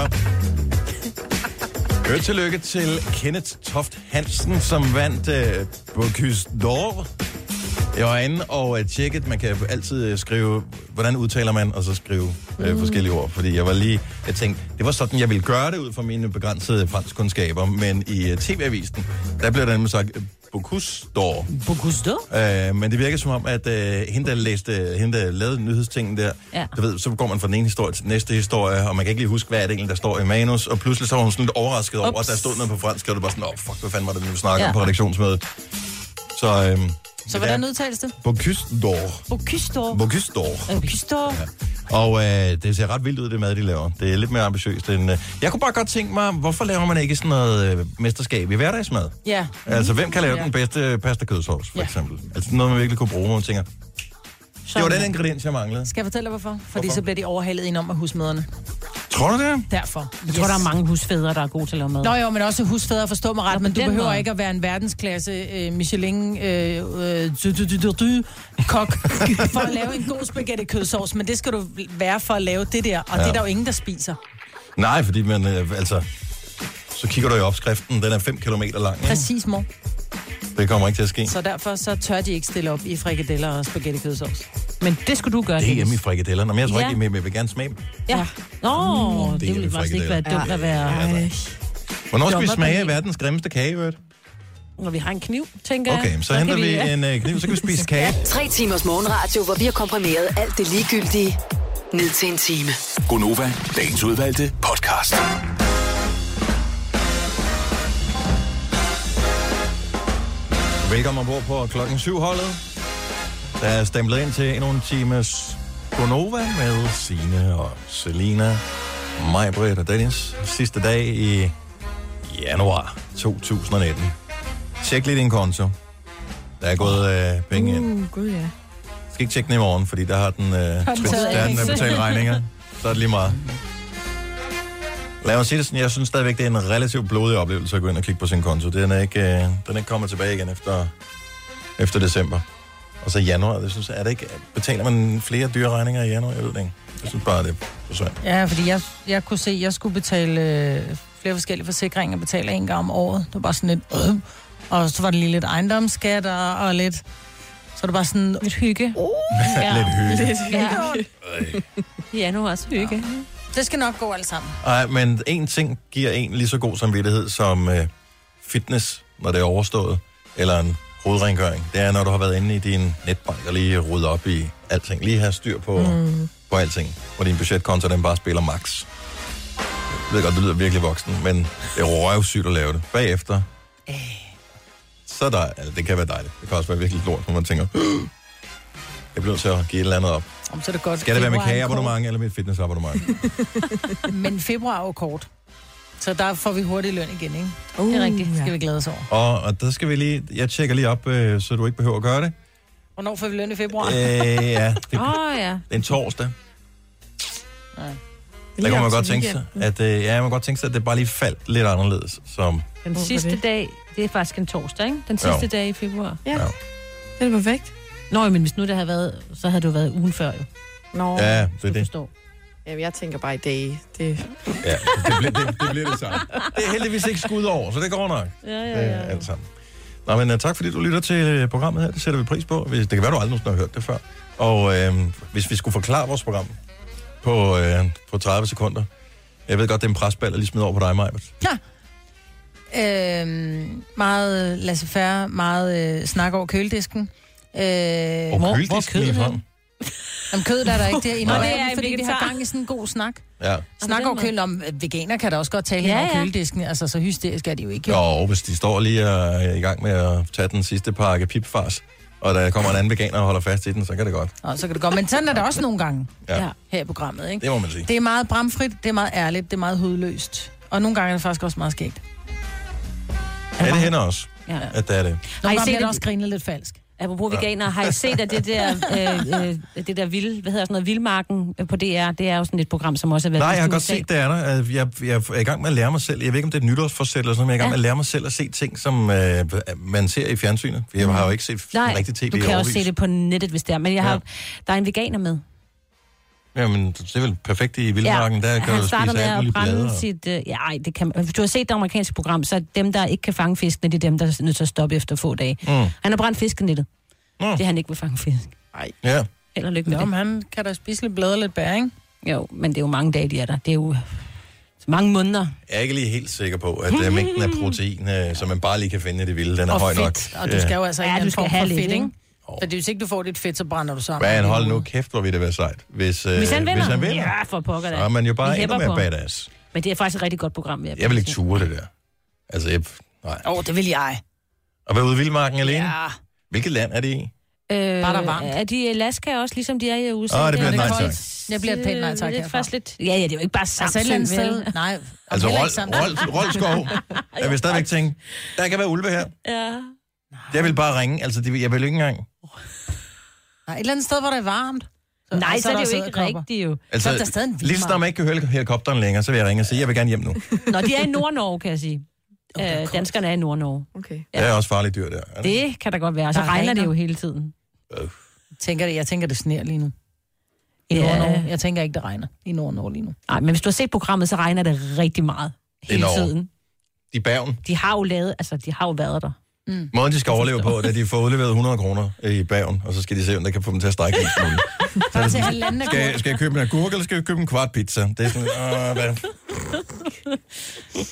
C: 6.44. Hør tillykke til Kenneth Toft Hansen, som vandt øh, Bocuse d'Or. Jeg var inde og øh, tjekket. Man kan altid øh, skrive, hvordan udtaler man, og så skrive øh, forskellige ord. Fordi jeg var lige, jeg tænkte, det var sådan, jeg ville gøre det ud fra mine begrænsede franskkundskaber. Men i øh, TV-avisen, der blev der nemlig sagt øh, Bocuse d'Or.
F: Augusto?
C: Øh, men det virker som om, at øh, hende, der læste, hende, der lavede nyhedstingen der, ja.
G: Ja.
C: du ved, så går man fra den ene historie til den næste historie, og man kan ikke lige huske, hvad er det egentlig, der står i manus, og pludselig så var hun sådan lidt overrasket over, at
F: Ups.
C: der stod noget på fransk, og det var sådan, åh, oh, fuck, hvad fanden var det, vi snakkede ja.
F: Ja.
C: om på redaktionsmødet. Så, øh,
F: Så hvordan udtales det?
C: Bocuse d'Or.
F: Bokystor.
C: Bocuse d'Or.
F: Øh, Bokystor.
C: Og øh, det ser ret vildt ud, det mad, de laver. Det er lidt mere ambitiøst end... Øh. Jeg kunne bare godt tænke mig, hvorfor laver man ikke sådan noget øh, mesterskab i hverdagsmad?
F: Ja.
C: Altså, hvem kan lave
F: Mhm. Ja.
C: den bedste øh, pasta kødsovs, for
F: Ja.
C: eksempel? Altså noget, man virkelig kunne bruge, hvor man tænker, det var den ingrediens, jeg manglede.
F: Skal jeg fortælle dig hvorfor? Fordi
C: Hvorfor?
F: så bliver de overhalet ind om af husmøderne.
C: Tror du det?
F: Derfor.
I: Jeg yes. tror, der er mange husfædre, der er gode til at lave mad.
F: Nå jo, men også husfædre, forstå mig ret, men du
I: den
F: behøver
I: måde.
F: ikke at være en verdensklasse øh, Michelin øh, øh, du- du- du- du- du-
I: (laughs)
F: kok for at lave en god spaghetti kødsovs, men det skal du være for at lave det der, og ja. det
C: Ja. Mm.
F: er der jo ingen, der spiser.
C: Nej, fordi man, øh, altså, så kigger du i opskriften, den er 5 km lang. ikke?
F: Præcis, mor.
C: Det kommer ikke til at ske.
F: Så derfor så tør de ikke stille op i frikadeller og spaghetti kødsovs.
I: Men det skulle du gøre,
C: Det er
I: Dennis.
C: hjemme i frikadellerne, men jeg tror
I: Ja.
C: ja. ikke, at jeg vil gerne smage dem.
I: Ja. Nå,
C: det
I: det,
C: er
I: ville
C: hjemme i
I: faktisk ikke være
C: frikadeller.
I: dumt at være...
C: Ej. Hvornår skal vi
I: Dommer-
C: smage verdens grimmeste kage, i øvrigt?
I: Når vi har en kniv, tænker jeg.
C: Okay, så
I: kan
C: henter vi
I: ja.
C: en øh, kniv, så kan vi spise kage.
A: Tre timers morgenradio, hvor vi har komprimeret alt det ligegyldige ned til en time.
B: Gonova, dagens udvalgte podcast.
C: Velkommen ombord på klokken 7 holdet. Der er stemplet ind til endnu en times Gonova med Sine og Selina, mig, Britt og Dennis. Sidste dag i januar 2019. Tjek lige din konto. Der er gået øh, penge ind.
E: Uh, gud ja.
C: Skal ikke tjekke den i morgen, fordi der har den, øh,
E: taget
C: der har den
E: af.
C: øh, betalt regninger. Så er det lige meget. Lad mig sige det sådan, jeg synes stadigvæk, det er en relativt blodig oplevelse at gå ind og kigge på sin konto. Den er ikke, øh, den er ikke kommet tilbage igen efter, efter december. Og så januar, det synes jeg, er det ikke, betaler man flere dyre regninger i januar? Jeg ved det ikke. Jeg synes bare, det er for svært.
F: Ja, fordi jeg, jeg kunne se, at jeg skulle betale øh, flere forskellige forsikringer, betale en gang om året. Det var bare sådan lidt... Øh. Og så var det lige lidt ejendomsskat og, og lidt... Så var det bare sådan... Lidt hygge.
C: (laughs)
F: Uh,
C: Lidt hygge.
F: Lidt hygge.
I: Ja, nu også hygge.
F: Det skal nok gå alt sammen.
C: Ej, men en ting giver en lige så god samvittighed som øh, fitness, når det er overstået, eller en hovedrengøring. Det er, når du har været inde i din netbank og lige ryddet op i alting. Lige have styr på, mm. på alting, hvor din budgetkonto den bare spiller max. Jeg ved godt, det lyder virkelig voksen, men det er røvsygt at lave det. Bagefter, så er der, altså, det kan være dejligt. Det kan også være virkelig lort, hvor man tænker, "Åh, jeg bliver nødt til at give et eller andet op.
F: Om, så er det godt.
C: Skal det være mit
F: Februar er en
C: kageabonnement eller mit fitnessabonnement?
F: kort- (laughs) Men februar er jo kort. Så der får vi hurtig løn igen, ikke? Uh, det er rigtigt. Det skal vi glæde os over.
C: Og, og der skal vi lige, jeg tjekker lige op, øh, så du ikke behøver at gøre det.
F: Hvornår får vi løn i februar?
C: Øh, ja, det,
F: Åh, oh, ja.
C: det er en torsdag. Der
I: Lige
C: kan man
I: op
C: godt
I: til
C: tænke sig, at, øh, ja, man kan godt tænke sig, at det bare lige faldt lidt anderledes. Som,
I: Den sidste dag, det er faktisk en torsdag, ikke? Den
C: Jo.
I: sidste dag i februar.
E: Ja.
C: Ja.
I: Det er perfekt. Nå, men hvis nu det havde været, så havde du været ugen før jo.
E: Nå.
C: ja, det er det.
E: Jamen, jeg tænker bare i dag. Det...
C: Ja, det, bliver, det, det bliver det samme. Det er heldigvis ikke skud over, så det går nok.
E: Ja,
C: Det er alt sammen. Nå, men øh, tak fordi du lytter til øh, programmet her. Det sætter vi pris på. Hvis- Det kan være, du aldrig nogensinde har hørt det før. Og øh, hvis vi skulle forklare vores program på, øh, på 30 sekunder. Jeg ved godt, det er en presbald, jeg lige smider over på dig, Maja.
F: Øh, meget laissez-faire, meget øh, snak over køledisken. Øh,
C: Og køledisken lige frem.
F: Jamen, kødet er der
I: (laughs)
F: ikke der. I
C: Nej.
F: Nå,
C: Nå,
F: det
C: det
F: er,
I: er
F: fordi vi har
I: vegetar.
F: gang i sådan en god snak.
C: Ja.
F: Snak over kølen om, øh, veganer kan da også godt tale
I: Ja,
F: ja, over
I: ja.
F: køledisken. Altså, så hysterisk er de jo ikke. Jo.
C: Jo, hvis de står lige og er i gang med at tage den sidste pakke pipfars, og der kommer en anden veganer og holder fast i den, så kan det godt.
F: Nå, så kan det godt. Men sådan er det også nogle gange
C: Ja.
F: ja. her i programmet, ikke?
C: Det må man sige.
F: Det er meget bramfrit, det er meget ærligt, det er meget hudløst. Og nogle gange er det faktisk også meget skægt.
C: Ja, det hænder også,
I: Ja.
C: at det er det.
F: Nogle
I: I
F: gange
I: set
F: bliver det
I: det?
F: også grinet lidt falsk.
I: Apropos veganer, har I set, at
C: (laughs)
I: det der, øh, øh, det der vild, hvad hedder sådan noget, Vildmarken øh, på DR, det er jo sådan et program, som også er været
C: Nej, jeg har
I: vist i
C: godt
I: USA.
C: set, det er der. Øh, Jeg, jeg er i gang med at lære mig selv. Jeg ved ikke, om det er et nytårsforsæt eller sådan noget, men jeg er i gang med at lære mig selv at se ting, som øh, man ser i fjernsynet. Jeg har jo ikke set sådan
I: Mm. Nej,
C: rigtig tv
I: du
C: i
I: kan også
C: årevis.
I: se det på nettet, hvis det er. Men jeg har,
C: Ja.
I: der er en veganer med.
C: Jamen, det er vel perfekt i vildmarken. Der kan
I: han
C: du
I: starter
C: spise
I: med
C: alt
I: at
C: muligt
I: brænde
C: blade.
I: blade.
C: og-
I: sit... Øh, ja, ej, det kan man. Hvis du har set det amerikanske program, så er dem, der ikke kan fange fiskene, det er dem, der er nødt til at stoppe efter få dage.
C: Mm.
I: Han har brændt fiskenettet.
C: Mm.
I: Det er han ikke vil fange fisk.
C: Ja.
I: Eller lykke med
F: Nå,
I: det.
F: men han kan da spise lidt blade og lidt bær, ikke?
I: Jo, men det er jo mange dage, de er der. Det er jo mange måneder.
C: Jeg er ikke lige helt sikker på, at øh, mængden af protein, øh, som man bare lige kan finde i det vilde, den er
F: og
C: høj
F: fedt.
C: nok.
F: Og du skal jo
C: Ja.
F: altså
I: Ja,
F: ikke ja,
I: du
F: en
I: skal
F: form for
I: have
F: fedt,
I: lidt,
F: ikke?
I: ikke?
F: Fordi hvis ikke du får dit fedt, så brænder du sammen.
C: Men hold nu kæft, hvor vil det være sejt. Hvis, øh,
I: Hvis han vinder?
C: hvis han vinder.
I: Ja, for pokker da.
C: Så er man jo bare
I: Vi
C: endnu
I: hepper
C: mere
I: på ham.
C: badass.
I: Men det er faktisk et rigtig godt program, vil jeg,
C: Jeg vil ikke ture det der. Altså, jeg, nej.
F: Åh, oh, det vil jeg.
C: At være ude i vildmarken alene? Ja. Hvilket land er det i?
I: Øh,
F: Bare der er varmt.
I: Er de i Alaska også, ligesom de er i USA?
C: Åh, det bliver
I: er
C: et nej
I: koldt.
F: tak. Jeg bliver et pænt nej tak
I: Lidt
F: herfra.
I: Først lidt. Ja, ja, det er jo ikke bare
F: Altså
I: Samsø,
F: et eller andet
I: vel?
F: sted. Nej.
C: Altså,
F: heller
C: Rol,
F: ikke sammen.
C: Rol,
I: (laughs)
C: Rolskov. Jeg vil stadigvæk tænke, der kan være ulve her.
I: Ja.
C: Jeg vil bare ringe. Altså, det, vil- jeg vil ikke engang.
F: Nej, et eller andet sted, hvor det er varmt. Så
I: Nej, så er det jo
F: der
I: ikke
F: edderkopper.
I: rigtigt jo.
F: Altså, der er stadig en
C: lige så snart ligesom man ikke kan høre helikopteren længere, så vil jeg ringe og sige, jeg vil gerne hjem nu.
I: Nå, de er i Nord-Norge, kan jeg sige. Øh, danskerne er i Nord-Norge.
E: Okay.
C: Ja. Det er også farligt dyr der. Er det?
I: Det kan da godt være. Så
F: Der
I: regner det
F: regner.
I: jo hele tiden.
F: Tænker det, jeg tænker, det sner lige nu. I
I: Ja.
F: Nordnorge. Jeg tænker ikke, det regner i Nordnorge lige nu.
I: Nej, men hvis du har set programmet, så regner det rigtig meget hele
C: Enormt.
I: tiden.
C: De bæven.
I: De har jo lavet, altså de har jo været der.
F: Mm.
I: (laughs)
C: Måden, de skal overleve på, det er, at de får udleveret 100 kroner i bagen, og så skal de se, om der kan få dem til at strække lidt smule. Så er det sådan,
F: halvanden
C: skal, jeg- skal jeg købe en agurk, eller skal jeg købe en kvart pizza? Det er sådan, øh,
F: (laughs)
C: hvad?
I: (laughs)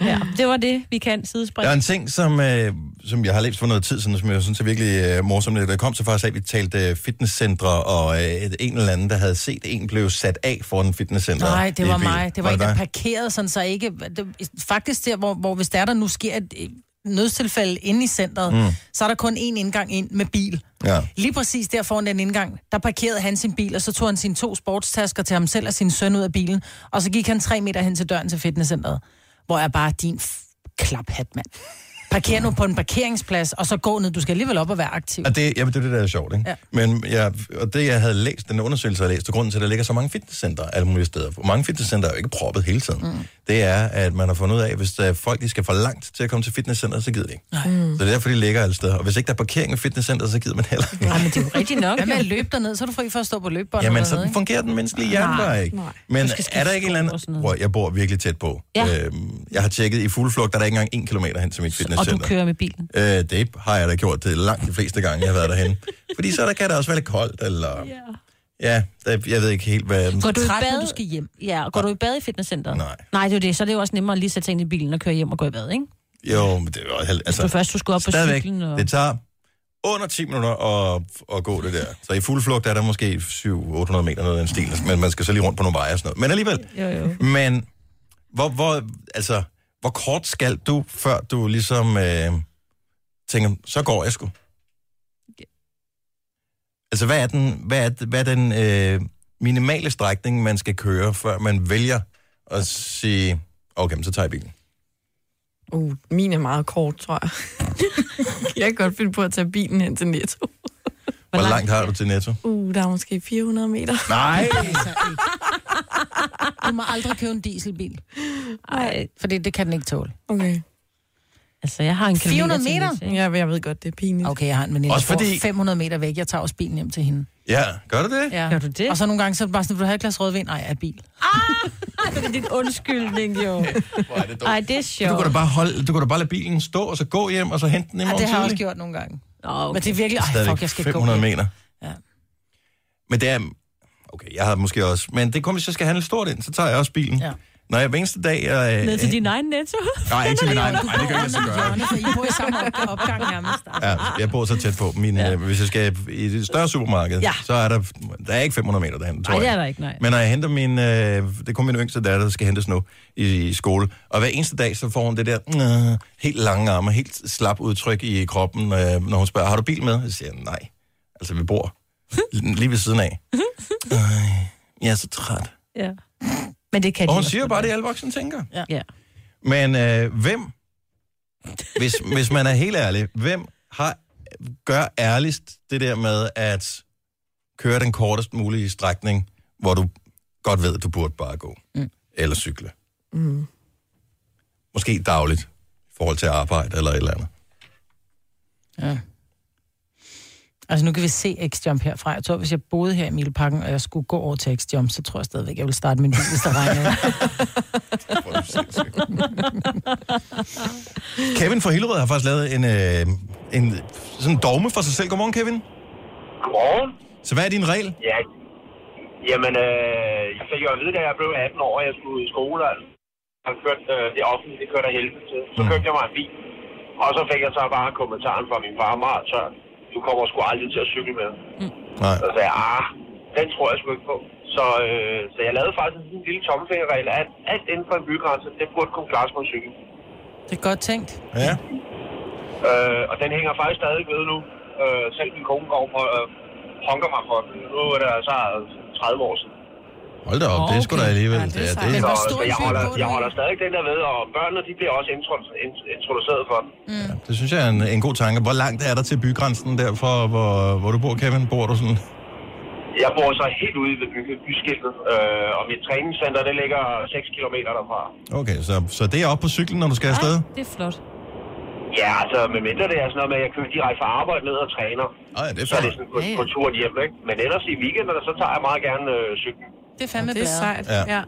I: Ja, det var det, vi kan sidespringe.
C: Der er en ting, som, øh, som jeg har læst for noget tid siden, som jeg synes er virkelig øh, morsomt. Da det kom så faktisk af, at vi talte øh, fitnesscentre, og øh, et- en eller anden, der havde set en, blev sat af foran en fitnesscenter.
F: Nej,
C: i
F: det var
C: bil.
F: mig. Det var, en, der
C: dig?
F: parkerede sådan, så ikke... Det, faktisk der, hvor, hvor hvis der, er, der nu sker et øh, nødstilfælde inde i centret,
C: Mm.
F: mm. så er der kun én indgang ind med bil.
C: Ja.
F: Lige præcis der foran den indgang, der parkerede han sin bil, og så tog han sine to sportstasker til ham selv og sin søn ud af bilen, og så gik han tre meter hen til døren til fitnesscenteret, hvor er bare din f- klaphat, mand. Parker nu på en parkeringsplads, og så gå ned. Du skal alligevel op og være aktiv.
C: Og det, ja, det er det, der er sjovt, ikke?
F: Ja.
C: Men jeg, og det, jeg havde læst, den undersøgelse, jeg havde læst, og grunden til, at der ligger så mange fitnesscenter alle mulige steder, for mange fitnesscenter er jo ikke proppet hele tiden, mm. det er, at man har fundet ud af, at hvis der er folk de skal for langt til at komme til fitnesscenteret, så gider de ikke. Mm. Så det er derfor, de ligger alle steder. Og hvis ikke der er parkering ved fitnesscenteret, så gider man heller ikke.
F: men det er jo
I: rigtigt nok.
F: Hvad med at løbe derned, så er du fri for at stå på løbebåndet.
C: Jamen,
F: eller
C: så
F: noget, ikke?
C: fungerer den menneskelige hjerne
F: Nej,
C: bare ikke.
F: nej.
C: Men
F: Du skal
C: er der ikke en eller anden... Prøv, jeg bor virkelig tæt på.
I: Ja.
C: Øhm, jeg har tjekket i fuld flugt, der er der ikke engang en kilometer hen til mit
I: Og
C: fitnesscenter.
I: du kører med bilen.
C: Øh, det har jeg da gjort det langt de fleste gange, jeg har været derhen. Fordi så der kan det også være lidt koldt, eller... Ja, der, jeg ved ikke helt, hvad...
I: Går du i
F: Træt, når
I: bad?
F: du skal hjem.
I: Ja, og går du i bad i fitnesscenteret?
C: Nej.
I: Nej, det er jo det. Så er det jo også nemmere at lige sætte sig ind i bilen og køre hjem og gå i bad, ikke?
C: Jo, men det er jo hel- altså...
I: du først, du skal op på
C: stadigvæk,
I: cyklen og-
C: Det tager under 10 minutter at, at gå det der. Så i fuld flugt er der måske 700-800 meter noget af den stil, men man skal så lige rundt på nogle veje og sådan noget. Men alligevel...
I: Jo, jo.
C: Men hvor, hvor, altså, hvor kort skal du, før du ligesom øh, tænker, så går jeg sgu? Altså, hvad er den, hvad er, hvad er den øh, minimale strækning, man skal køre, før man vælger at sige, okay, men så tager jeg bilen?
E: Uh, min er meget kort, tror jeg. (laughs) jeg kan godt finde på at tage bilen hen til Netto.
C: Hvor langt har du til Netto?
E: Uh, der er måske 400 meter.
C: Nej!
E: (laughs)
F: Du må aldrig købe en dieselbil.
I: Nej.
F: For det, det kan den ikke tåle.
E: Okay.
I: Altså, jeg har en kilometer
F: 400
I: til
F: meter?
I: næste, ikke?
E: Ja, jeg ved godt, det er pinligt.
F: Okay, jeg har en veninde,
C: Også
F: der bor
C: fordi-
F: 500 meter væk. Jeg tager også bilen hjem til hende.
C: Ja, gør du det?
F: Ja.
I: Gør du det?
F: Og så nogle gange, så er det bare sådan, vil du have et glas rødvin? Nej, jeg er bil.
I: Det er din undskyldning, jo. Ej, det er sjovt.
C: Du kan, da bare holde, du kan da bare lade bilen stå, og så gå hjem, og så hente den i
F: Ja,
C: morgen
F: det har jeg
C: tidlig.
F: også gjort nogle gange.
I: okay.
F: Men det er virkelig, ej,
C: Stadigvæk
F: fuck, jeg skal
C: 500
F: gå
C: meter.
F: Ja.
C: Men det er... Okay, jeg har måske også... Men det er kun, hvis jeg skal handle stort ind, så tager jeg også bilen.
F: Ja.
C: Når jeg hver eneste dag... Jeg,
I: Ned til din egen netto.
C: Øh, Nej, ikke til min egen. Nej, det kan jeg ikke så gøre.
F: Hjørne, for I bor i samme op- opgang nærmest.
C: Ja, jeg bor så tæt på. Min, ja. øh, hvis jeg skal i et større supermarked,
I: Ja.
C: så er der, der er ikke 500 meter derhen, tror
I: Nej, det
C: jeg.
I: er der ikke, nej.
C: Men når jeg henter min... Øh, det er kun min yngste datter, der skal hentes nu i, i skole. Og hver eneste dag, så får hun det der øh, helt lange arme, helt slap udtryk i kroppen, øh, når hun spørger, har du bil med? Jeg siger, jeg, nej. Altså, vi bor (laughs) lige ved siden af. Øh, jeg er så træt.
I: Ja. Men det kan de
C: Og hun
I: også
C: siger
I: godt
C: bare,
I: være.
C: det alle voksne tænker.
I: Ja.
C: Men øh, hvem, hvis, hvis man er helt ærlig, hvem har, gør ærligst det der med at køre den kortest mulige strækning, hvor du godt ved, at du burde bare gå mm. eller cykle?
E: Mm.
C: Måske dagligt i forhold til arbejde eller et eller andet.
F: Ja. Altså, nu kan vi se X-Jump herfra. Jeg tror, hvis jeg boede her i Mileparken, og jeg skulle gå over til X-Jump, så tror jeg stadigvæk, jeg ville starte min bil, hvis der (laughs) regnede.
C: Hvor er du sindssyg. Kevin fra Hillerød har faktisk lavet en, øh, en sådan dogme for sig selv. Godmorgen, Kevin.
L: Godmorgen.
C: Så hvad er din regel?
L: Ja. Jamen, øh, jeg fik jo at vide, da jeg blev 18 år, og jeg skulle i skole, og jeg kørte øh, det offentlige, det kørte af helvede til. Så købte jeg mig en bil, og så fik jeg så bare kommentaren fra min far, meget så du kommer sgu aldrig til at cykle med.
C: Nej.
L: Så sagde jeg, ah, den tror jeg sgu ikke på. Så, øh, så jeg lavede faktisk en sådan lille tommelfingerregel, at alt inden for en bygrænse, det burde kunne klares på en cykel.
F: Det er godt tænkt.
C: Ja.
L: Øh, og den hænger faktisk stadig ved nu. Øh, selv min kone går på, øh, honker mig for den. Nu er det så 30 år siden.
C: Hold da op, det er sgu da alligevel. Ja, det er, det
L: Så,
C: er,
L: så jeg, holder, jeg holder stadig den der ved, og børnene de bliver også intro- int- introduceret for den.
C: Det synes jeg er en, en god tanke. Hvor langt er der til bygrænsen der, fra, hvor, hvor du bor, Kevin? Bor du sådan?
L: Jeg bor så helt ude ved by, byskiltet, øh, og mit træningscenter det ligger 6 km derfra.
C: Okay, så, så det er op på cyklen, når du skal afsted?
I: Det er flot.
L: Ja, altså med mindre det er sådan noget med, at jeg kører direkte fra arbejde ned og træner.
C: Ej, det
L: så er det sådan på, på turen hjem, ikke? Men ellers i weekenderne, så tager jeg meget gerne øh, cyklen.
F: Det er fandme
E: Det er
F: bedre.
E: sejt.
C: Ja.
F: Ja.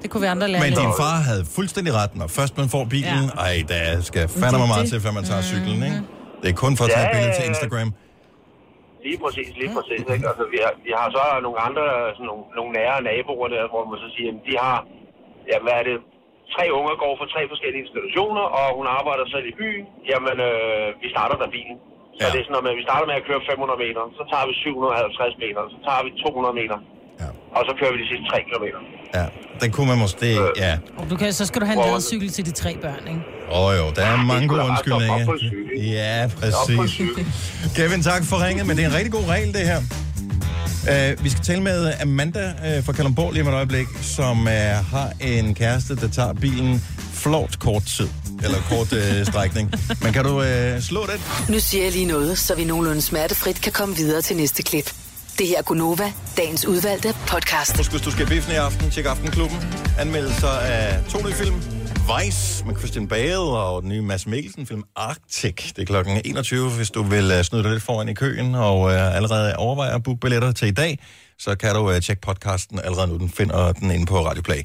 F: Det kunne vi andre lære
C: Men
F: lidt.
C: din far havde fuldstændig ret, når først man får bilen, ja. Mm. ej, der skal fandme
F: det-
C: meget
F: det-
C: til, før man tager cyklen, ikke? Det er kun for at tage et
L: Ja,
C: billede
L: ja,
C: til
L: ja.
C: Instagram.
L: Lige præcis, lige præcis. Ikke? Altså, vi, har, vi har så nogle andre, sådan nogle, nogle nære naboer der, hvor man så siger, at de har, jamen hvad er det, tre unger går fra tre forskellige institutioner, og hun arbejder selv i byen. Jamen, øh, vi starter der bilen. Så ja. det er sådan noget med, at vi starter med at køre 500 meter, så tager vi 750 meter, så tager vi 200 meter, ja. og så kører vi de sidste 3 kilometer.
C: Ja, den kunne man måske...
L: Øh.
C: Ja.
F: Og Du kan, så skal du have en ladcykel til de tre børn, ikke?
C: Åh oh, jo, der er mange gode
L: Op
C: undskyldninger.
L: på en cykel.
C: Ja,
L: Op på en
C: præcis.
L: cykel.
C: Kevin, tak for ringet, men det er en rigtig god regel, det her. Uh, vi skal tale med Amanda uh, fra Kalundborg lige om et øjeblik, som uh, har en kæreste, der tager bilen flot kort tid, eller kort uh, strækning. Men kan du uh, slå den?
A: Nu siger jeg lige noget, så vi nogenlunde smertefrit kan komme videre til næste klip. Det her er Gunova, dagens udvalgte podcast.
C: Husk, hvis du skal i biffen i aften, tjek Aftenklubben. Anmeldelser af to nye film. Vice med Christian Bale og den nye Mads Mikkelsen-film Arctic. Det er klokken 21, hvis du vil øh, snyde dig lidt foran i køen og øh, allerede overvejer at booke billetter til i dag, så kan du øh, tjekke podcasten allerede nu. Den finder den inde på Radio Play.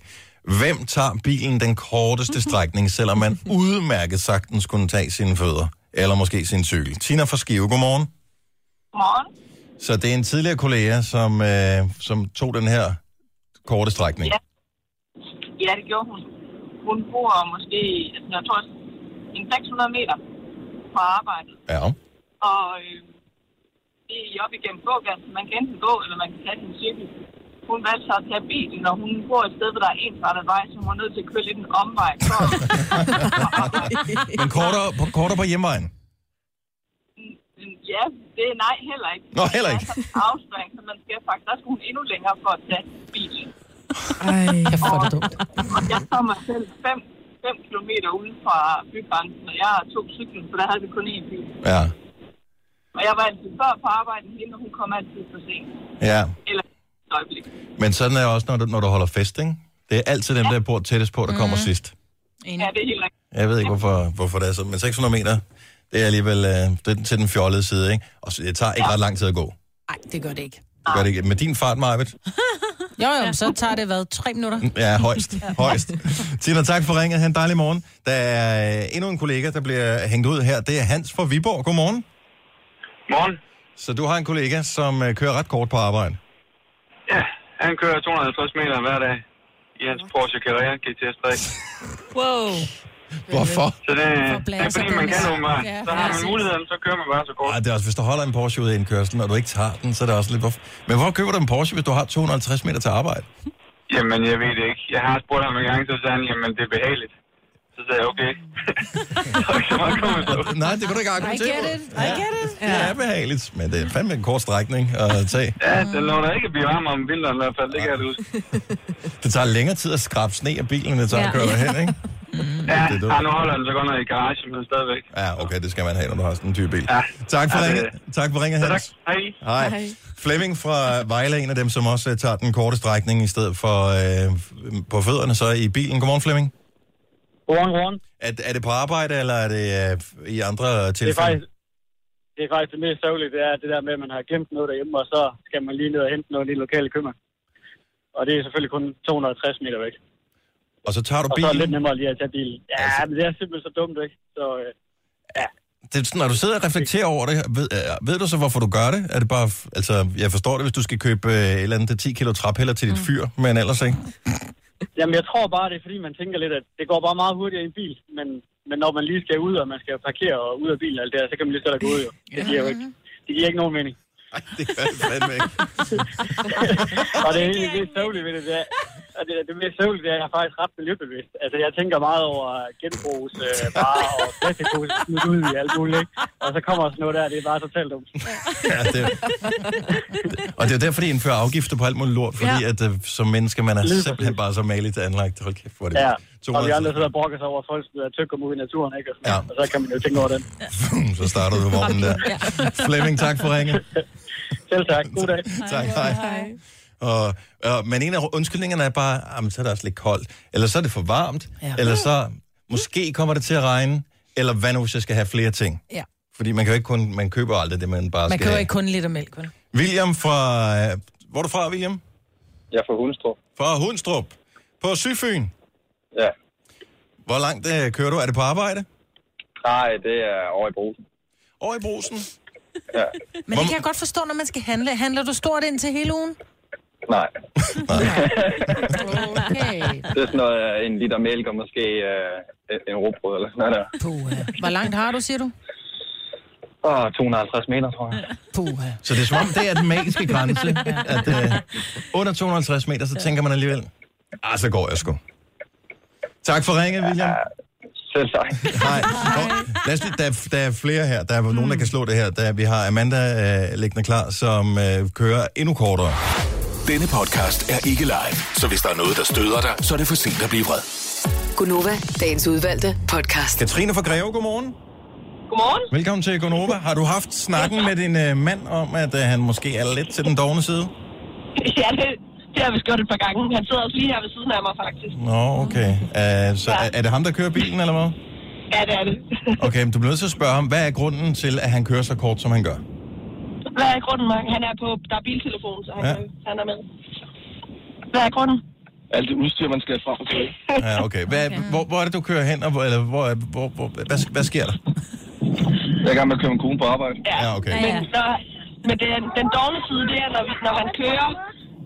C: Hvem tager bilen den korteste strækning, selvom man udmærket sagtens kunne tage sine fødder? Eller måske sin cykel. Tina fra Skive, godmorgen.
M: Morgen.
C: Så det er en tidligere kollega, som, øh, som tog den her korte strækning. Ja.
M: Ja, det gjorde hun. Hun bor måske, altså, jeg tror, en 600 meter fra arbejdet.
C: ja.
M: Og øh, det er op igennem gågaden. Man kan enten gå, eller man kan tage sin cykel. Hun valgte så at tage bilen, når hun bor et sted, hvor der er en vej, så hun var nødt til at køre lidt en omvej. For,
C: (laughs) Men kortere på, kortere på hjemvejen.
M: ja, det er nej heller ikke.
C: Nå, heller ikke.
M: Der er sådan en afstand, så man skal faktisk, der skulle hun endnu længere for at tage bilen.
E: Ej, jeg
F: får det
E: dumt.
M: Og jeg kommer selv 5 5 km uden fra bygrænsen, og jeg tog cyklen, for der havde vi kun én bil.
C: Ja.
M: Og jeg var altid før på arbejde, hende, og hun kom altid for sent.
C: Ja.
M: Eller et øjeblik.
C: Men sådan er det også, når du, når du holder fest, ikke? Det er altid dem, der bor tættest på, der kommer
M: Mhm.
C: sidst.
M: Ja, det er helt rigtigt.
C: Jeg ved ikke, hvorfor, hvorfor det er sådan, men 600 meter, det er alligevel øh, det er til den fjollede side, ikke? Og så, det tager ikke ret lang tid at gå.
F: Nej, det gør det ikke.
C: Det gør det ikke. Med din fart, Marvitt?
F: Jo, jo, men så tager det hvad? Tre minutter?
C: Mm, Ja, højst. højst. Tina, tak for ringet. Ha' en dejlig morgen. Der er øh, endnu en kollega, der bliver hængt ud her. Det er Hans fra Viborg. Godmorgen.
N: Morgen.
C: Så du har en kollega, som øh, kører ret kort på arbejde.
N: Ja, han kører 250 meter hver dag i hans Porsche Carrera GTS 3.
F: Wow.
C: Hvorfor?
N: Så det, Øh, det er fordi, man kan åbenbart.
F: Ja,
N: Så har man muligheden, så kører man bare så kort.
C: Ej, det er også, hvis du holder en Porsche ude i indkørslen, og du ikke tager den, så er det også lidt... Hvorfor? Men hvor køber du en Porsche, hvis du har 250 meter til arbejde?
N: Jamen, jeg ved det ikke. Jeg har spurgt ham en gang, så sagde han, jamen, det er behageligt. Så sagde jeg, okay. så man kommer så.
C: Nej, det kan du ikke argumentere
N: I get
C: it, I get it. Ja. Det er behageligt, men det er fandme en kort strækning at tage.
N: Ja, den lå da ikke at blive varm om vinteren i hvert fald, det kan jeg da huske.
C: Det tager længere tid at skrabe sne af bilen, end det tager at køre
N: Ja.
C: derhen, ikke?
N: Ja,
C: Det er dumt.
N: ja, nu holder den så godt nok i garagen, men stadigvæk.
C: Ja, okay, det skal man have, når du har sådan en dyr bil. Ja. Tak for
N: Ja,
C: ja,
N: det-
C: ringet. Tak for ringet,
N: Så
C: Hans.
N: Hej.
C: Hej. Hej. Flemming fra Vejle er en af dem, som også øh, tager den korte strækning i stedet for øh, på fødderne, så i bilen. Godmorgen, Flemming.
O: Godmorgen, godmorgen.
C: Er, er det på arbejde, eller er det øh, i andre
O: Det er,
C: tilfælde?
O: faktisk, det er faktisk det mest sørgelige, det er det der med, at man har gemt noget derhjemme, og så skal man lige ned og hente noget i den lokale købmand. Og det er selvfølgelig kun 260 meter væk.
C: Og så tager du
O: Og så er
C: bilen.
O: det lidt nemmere lige at tage bilen. Ja, altså... men det er simpelthen så dumt, ikke? Så øh,
C: Det, er sådan, når du sidder og reflekterer over det, ved, øh, ved du så, hvorfor du gør det? Er det bare, f- altså, jeg forstår det, hvis du skal købe øh, et eller andet til 10 kilo traphælder til dit fyr, men ellers ikke.
O: jamen, jeg tror bare, det er fordi, man tænker lidt, at det går bare meget hurtigere i en bil. Men, men når man lige skal ud, og man skal parkere og ud af bilen og alt det her, så kan man lige så godt gå ud, jo. Det giver jo ikke, det giver ikke nogen mening.
C: Nej, det gør det fandme ikke.
O: (laughs) og det er egentlig det sørgelige ved det, det er, og det, det mest sørgelige, det er, at jeg er faktisk ret miljøbevidst. Altså, jeg tænker meget over genbrugs, øh, bare og plastikpose smidt ud i alt muligt, ikke? Og så kommer sådan noget der, det er bare totalt dumt.
C: Ja, det, og det er jo derfor, de indfører afgifter på alt muligt lort, fordi ja.
O: Ja.
C: at øh, som menneske, man er
O: Lige
C: simpelthen bare så maligt anlagt. Hold kæft, hvor er det.
O: Ja, og vi
C: 200.
O: andre sidder og brokker sig over, at folk smider tyk ud i naturen, ikke? Og, sådan,
C: Ja.
O: ja. og
C: (clears throat)
O: så kan man jo tænke over den.
C: øh, så starter du vognen der. Flemming, tak for ringet.
O: (laughs) Selv tak. God dag.
C: (laughs) Tak, hej. hej. Og, og, men en af undskyldningerne er bare, jamen, så er det også lidt koldt, eller så er det for varmt, ja. eller så måske kommer det til at regne, eller hvad nu, hvis jeg skal have flere ting?
F: Ja.
C: Fordi man kan jo ikke kun, man køber aldrig det, man bare
F: Man
C: skal
F: køber
C: have.
F: ikke kun en liter mælk, vel?
C: William fra... øh, Hvor er du fra, William?
P: Jeg er fra Hundstrup.
C: Fra Hundstrup. På Sydfyn?
P: Ja.
C: Hvor langt øh, kører du? Er det på arbejde?
P: Nej, det er over i brusen.
C: Over i brusen?
P: Ja.
F: Men det kan jeg godt forstå, når man skal handle. Handler du stort indtil hele ugen?
P: Nej. (laughs)
F: Okay.
P: Det er sådan noget, øh, en liter mælk og måske øh, en råbrød eller sådan noget der.
F: Puha. Hvor langt har du, siger du?
P: Åh, 250 meter, tror jeg.
F: Puha.
C: Så det er som om, det er den magiske grænse. At, øh, under 250 meter, så tænker man alligevel, ah, så går jeg sgu. Tak for ringet, William.
P: Selv tak. (laughs)
C: Nej, Nå, lad os lige, der, er- der er flere her. Der er nogen, der kan slå det her. Der, vi har Amanda øh, liggende klar, som øh, kører endnu kortere.
B: Denne podcast er ikke live, så hvis der er noget, der støder dig, så er det for sent at blive vred.
A: Gunova, dagens udvalgte podcast.
C: Katrine fra Greve, godmorgen.
K: Godmorgen.
C: Velkommen til Gonova. Har du haft snakken med din øh, mand om, at øh, han måske er lidt til den dogne side?
K: (laughs) Ja, det, det har vi skørt et par gange. Han sidder også lige her ved siden af mig, faktisk.
C: Nå, okay. Uh, så er, er det ham, der kører bilen, eller hvad?
K: Ja, det er det. (laughs)
C: Okay, men du bliver nødt til at spørge ham, hvad er grunden til, at han kører så kort, som han gør?
K: Hvad er grunden, Mark? Han er på, der er biltelefon, så han,
C: Ja.
K: ja. han er med. Hvad er grunden?
P: Alt det udstyr, man skal have frem og tilbage.
C: Ja, okay. Hvad, okay. Hvor, hvor er det, du kører hen, og hvor, eller hvor, er- hvor, hvor, hvad, hvad sker der?
P: Jeg er i gang med at køre min kone på arbejde.
C: Ja, okay.
K: Men, så, men den, den dårlige side, det er, når, vi, når han kører...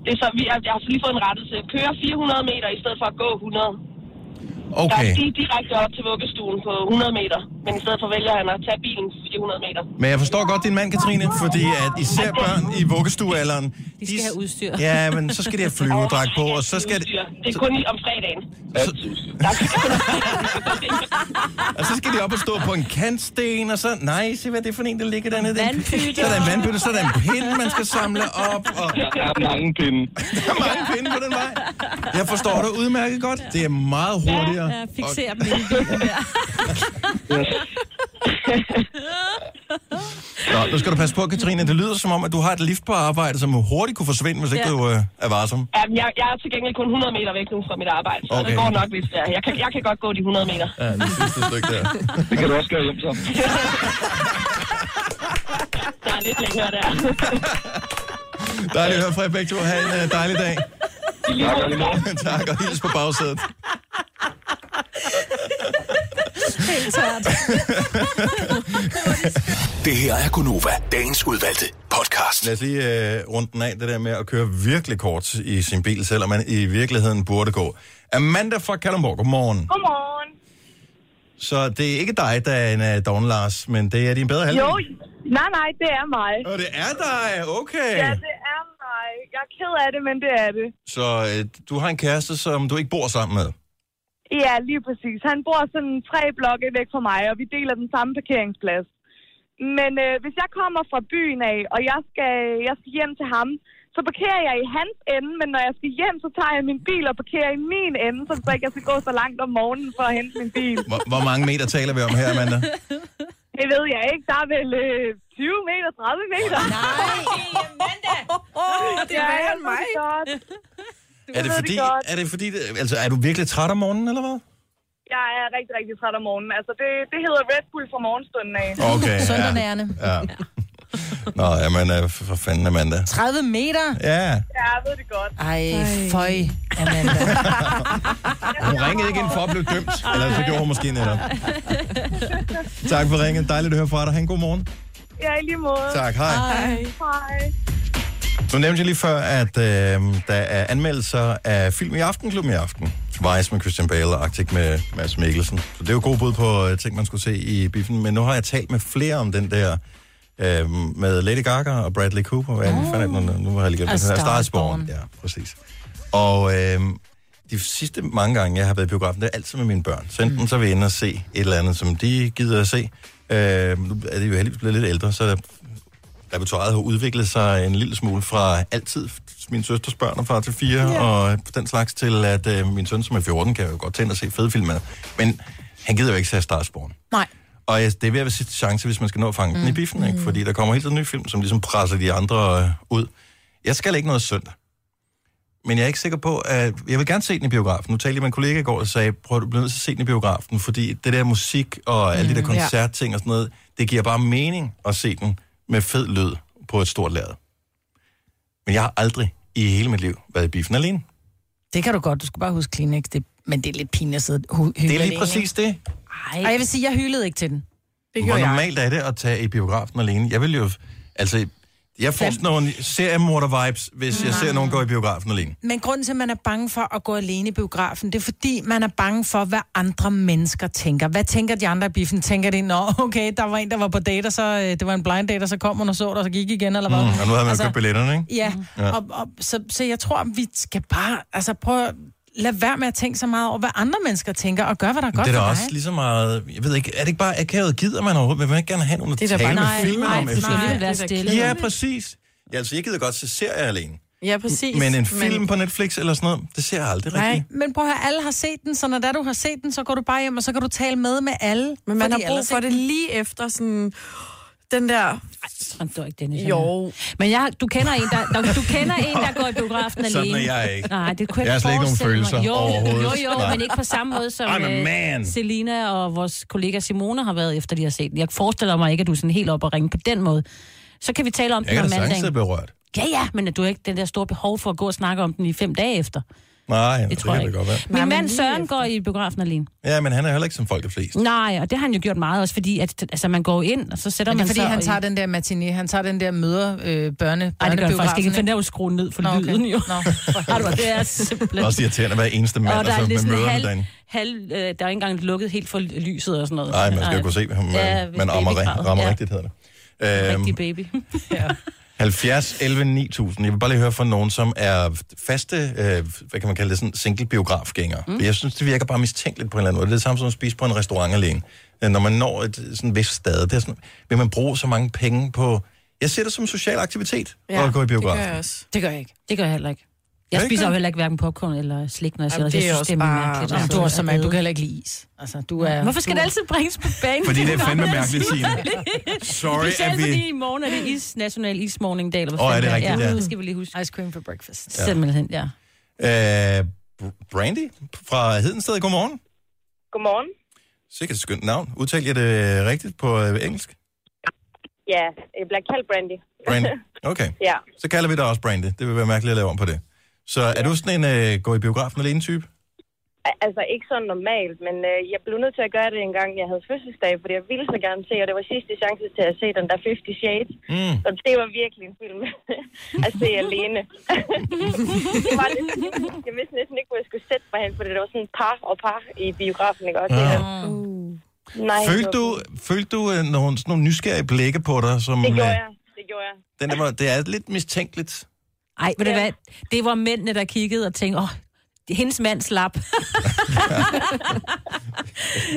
K: Det er så, vi, jeg har lige fået en rettelse. Kører 400 meter i stedet for at gå 100. Der
C: Okay,
K: er lige direkte op til vuggestuen på 100 meter. Men i stedet for vælger han at tage bilen 400 meter.
C: men jeg forstår godt din mand, Katrine, fordi at især børn i vuggestuealderen...
K: De skal have udstyr.
C: Ja, men så skal de have flyvedragt på, og så skal de,
K: Det er kun i- om fredagen.
C: og så skal de op og stå på en kantsten, og så... Nej, se hvad det er for en, der ligger dernede. Det er en-
P: Vandpytter.
C: Så er der en vandpytte, så er der en pind, man skal samle op, og...
P: Der er mange pinde.
C: Der er mange pinde på den vej. Jeg forstår dig udmærket godt. Det er meget hurtigere.
I: Ja, fixere dem i
C: (laughs)
I: bilen der.
C: Nå, nu skal du passe på, Katrine. Det lyder som om, at du har et lift på arbejde, som hurtigt kunne forsvinde, hvis ikke
K: Ja.
C: du øh, er varsom.
K: Jamen, jeg, jeg er til gengæld kun 100 meter væk nu fra mit arbejde, så okay.
C: Okay.
K: det går nok, hvis det er. Jeg kan, jeg kan godt gå de 100 meter.
C: Ja, det sidste stykke der.
P: Det kan du også gøre hjem så.
K: Der er lidt længere der.
C: Dejligt at høre fra jer begge to. Ha' en øh, dejlig dag.
P: Tak, og lige måde.
C: (laughs) tak, og hils på bagsædet.
B: Helt tørt. det her er Gunova, dagens udvalgte podcast.
C: Lad os lige øh, runde den af, det der med at køre virkelig kort i sin bil, selvom man i virkeligheden burde gå. Amanda fra Kalundborg, godmorgen.
Q: Godmorgen.
C: Så det er ikke dig, der er en øh, dogne, Lars, men det er din bedre halvdel.
Q: Jo, nej, nej, det er mig.
C: Og det er dig, okay.
Q: Ja, det er mig. Jeg er ked af det, men det er det.
C: Så øh, du har en kæreste, som du ikke bor sammen med.
Q: Ja, lige præcis. Han bor sådan tre blokke væk fra mig, og vi deler den samme parkeringsplads. Men øh, hvis jeg kommer fra byen af, og jeg skal, jeg skal hjem til ham, så parkerer jeg i hans ende, men når jeg skal hjem, så tager jeg min bil og parkerer i min ende, så så ikke jeg skal gå så langt om morgenen for at hente min bil.
C: Hvor, hvor mange meter taler vi om her,
Q: (laughs)
C: Amanda?
Q: Det ved jeg ikke. Der er vel øh, 20 meter, 30 meter. Nej, Amanda!
E: det er værre end mig.
Q: Du
C: Er det
Q: ved
C: fordi,
Q: godt.
C: er det fordi det, altså, er du virkelig træt om morgenen, eller hvad?
Q: Jeg er rigtig, rigtig træt om morgenen. Altså, det, det hedder Red Bull fra morgenstunden af.
C: Okay, ja.
F: Søndernærende.
C: Ja. Nå, jamen, øh, for fanden, Amanda.
F: 30 meter?
C: Ja,
Q: Ja, jeg ved det godt.
F: Ej, føj,
C: (laughs)
F: Amanda.
C: hun ringede ikke ind for at blive dømt. Eller så gjorde hun måske netop. Tak for ringen. Dejligt at høre fra dig. Ha' en god morgen.
Q: Ja, i lige måde.
C: Tak, hej.
Q: Hej. Hej.
C: Nu nævnte jeg lige før, at øh, der er anmeldelser af film i Aftenklubben i aften. Vice med Christian Bale og Arctic med Mads Mikkelsen. Så det er jo gode bud på øh, ting, man skulle se i biffen. Men nu har jeg talt med flere om den der øh, med Lady Gaga og Bradley Cooper. Hvad oh. fanden er det nu? Nu har jeg lige glemt
B: A
C: den
B: Star
C: her. Star
B: is
C: is Born. Ja, præcis. Og øh, de sidste mange gange, jeg har været i biografen, det er altid med mine børn. Så enten mm. så vil jeg inde og se et eller andet, som de gider at se. Øh, nu er de jo heldigvis blevet lidt ældre, så der repertoireet har udviklet sig en lille smule fra altid min søsters børn og far til fire, yeah. og den slags til, at øh, min søn, som er 14, kan jo godt tænke at se fede film med, men han gider jo ikke se Starsborn.
F: Nej.
C: Og jeg, det er ved at være sidste chance, hvis man skal nå at fange mm. den i biffen, ikke? Fordi der kommer helt en ny film, som ligesom presser de andre øh, ud. Jeg skal ikke noget søndag. Men jeg er ikke sikker på, at... Jeg vil gerne se den i biografen. Nu talte jeg med en kollega i går og sagde, prøv du bliver nødt til at se den i biografen, fordi det der musik og alle mm, de der
R: Mm, ja.
C: koncertting og sådan noget, det giver bare mening at se den med fed lyd på et stort lærred. Men jeg har aldrig i hele mit liv været i biffen alene.
F: Det kan du godt. Du skal bare huske Kleenex. Det, men det er lidt pinligt at sidde og hu- hyle
C: Det er lige
F: alene,
C: præcis
F: ikke?
C: det.
F: Ej. Og jeg vil sige, jeg hylede ikke til den. Det
C: Hvor normalt er det at tage i biografen alene? Jeg vil jo... Altså, jeg får sådan nogle seriemorder-vibes, hvis jeg ser nogen gå i biografen alene.
F: Men grunden til, at man er bange for at gå alene i biografen, det er fordi, man er bange for, hvad andre mennesker tænker. Hvad tænker de andre i biffen? Tænker de, nå, okay, der var en, der var på date, og så øh, det var en blind date, og så kom hun og så dig, og så gik igen, eller hvad? Altså,
C: Mm, og nu havde man jo købt billetterne, ikke?
F: Ja,
C: Ja.
F: ja. Og, og, så, så jeg tror, vi skal bare, altså prøv at lade være med at tænke så meget over, hvad andre mennesker tænker, og gøre, hvad der er godt
C: det er da
F: for
C: også
F: dig.
C: lige så meget... Jeg ved ikke, er det ikke bare akavet? Gider man overhovedet? Vil man ikke gerne have nogen, der
E: Det er da
C: taler
E: bare-
C: med
E: Nej,
C: filmen
E: nej,
C: om
E: det
C: efter?
E: skal lige være stille.
C: Ja, præcis. Ja, altså, jeg gider godt se serier alene.
E: Ja, præcis.
C: Men en film men... på Netflix eller sådan noget, det ser jeg aldrig
F: Nej,
C: rigtigt.
F: men prøv at høre, alle har set den, så når der du har set den, så går du bare hjem, og så kan du tale med med alle.
E: Men man
F: Fordi
E: har brug
F: ellers
E: for det lige efter sådan... Den der...
I: Jamen, du er ikke Dennis.
E: Jo.
I: Men jeg, du kender en, der, der, du kender en, der går i biografen alene.
C: Sådan er jeg ikke.
I: Nej, det kunne
C: Jeg har
I: ikke
C: slet ikke nogen
I: forestille mig.
C: følelser
I: jo,
C: overhovedet.
I: Jo, jo,
C: Nej.
I: men ikke på samme måde som
C: I'm a
I: øh,
C: man.
I: Selina og vores kollega Simone har været efter, de har set den. Jeg forestiller mig ikke, at du er sådan helt op og ringe på den måde. Så kan vi tale om
C: Jeg
I: den
C: kan
I: om
C: da sagtens
I: mandagen.
C: sidde berørt.
I: Ja, ja, men at du har ikke den der store behov for at gå og snakke om den i fem dage efter.
C: Nej, det,
I: Det
C: det kan
I: tror jeg
C: det
I: ikke.
C: godt være.
I: Min mand Søren går i biografen alene.
C: Ja, men han er heller ikke som folk er flest.
I: Nej, og det har han jo gjort meget også, fordi at, altså, man går jo ind, og så sætter
F: Men det er
I: man
F: fordi,
I: sig...
F: han tager den der matiné, han tager den der møder øh, børne,
I: Nej, det gør han faktisk ikke, for den er jo
F: børnebiografen,
I: skruet ned for
F: Nå, okay.
I: lyden jo.
F: Nå,
I: (laughs) Har du- det er
C: Det er
I: simpelthen...
C: også irriterende at være eneste mand,
I: og
C: og,
I: der er
C: så
I: lidt
C: med møderne
I: halv,
C: derinde.
I: halv, øh, der er ikke engang lukket helt for lyset og sådan noget.
C: Nej, man skal jo kunne se, om øh, man, ja, man rammer, ri- rammer ja. rigtigt, hedder det. Øhm,
I: Rigtig baby.
C: 70, 11, 9000. Jeg vil bare lige høre fra nogen, som er faste, øh, hvad kan man kalde det, sådan single biografgængere. Mm. Jeg synes, det virker bare mistænkeligt på en eller anden måde. Det er det samme som at spise på en restaurant alene. Øh, Når man når et sådan vist sted, det er sådan, vil man bruge så mange penge på... Jeg ser det som en social aktivitet, ja, at gå i biografen.
E: også.
F: Det gør jeg ikke.
I: Det gør jeg heller ikke.
C: Gør
I: Jeg
C: I ikke
I: spiser
C: det?
I: jo heller ikke hverken popcorn eller slik, når jeg sidder. Jeg
F: Jamen, det er
I: synes,
F: også
I: det er
F: bare-
I: mærkeligt. altså.
F: Jamen,
I: at
F: du er
I: sidde
F: også
I: og
F: mand, du
I: æde.
F: kan heller ikke lide is. Altså, du er...
I: Hvorfor skal
F: du...
I: det altid bringes på banen?
C: Fordi
I: (laughs)
C: det er fandme
I: Når man
C: mærkeligt,
I: spiser
C: Signe.
I: lidt.
C: Sorry,
I: Specielt
C: at vi-
I: fordi i morgen er det is, national ismorningdag, eller hvad
C: Åh, er
I: fanden
C: det rigtigt, ja.
I: Det skal vi lige huske.
F: Ice cream for breakfast.
C: Ja.
I: Ja. Simpelthen, ja.
C: Øh, Br- Brandy fra Hedensted, godmorgen.
S: Godmorgen.
C: Sikkert et skønt navn. Udtaler jeg det rigtigt på øh, engelsk?
S: Ja, jeg bliver kaldt Brandy.
C: Brandy. Okay.
S: (laughs) ja.
C: Så kalder vi dig også Brandy. Det vil være mærkeligt at lave om på det. Så er du sådan en øh, gå i biografen alene type?
S: Al- Altså, ikke sådan normalt, men øh, jeg blev nødt til at gøre det en gang, jeg havde fødselsdag, fordi jeg ville så gerne se, og det var sidste chance til at se den der 50 Shades.
C: Mm.
S: Og det var virkelig en film (laughs) at se alene. (laughs) det var lidt, jeg vidste næsten ikke, hvor jeg skulle sætte mig hen, fordi det var sådan par og par i biografen, ikke også?
C: Ja.
S: Uh. Nej,
C: Ah. Følte
S: det var-
C: du, følte du øh, nogle, sådan nogle nysgerrige blikke på dig, som...
S: Det gjorde
C: øh,
S: jeg. Det gjorde jeg.
C: Den der, var- det er lidt mistænkeligt.
I: Ej, ved du hvad? Det var mændene, der kiggede og tænkte, åh, oh, hendes mand slap.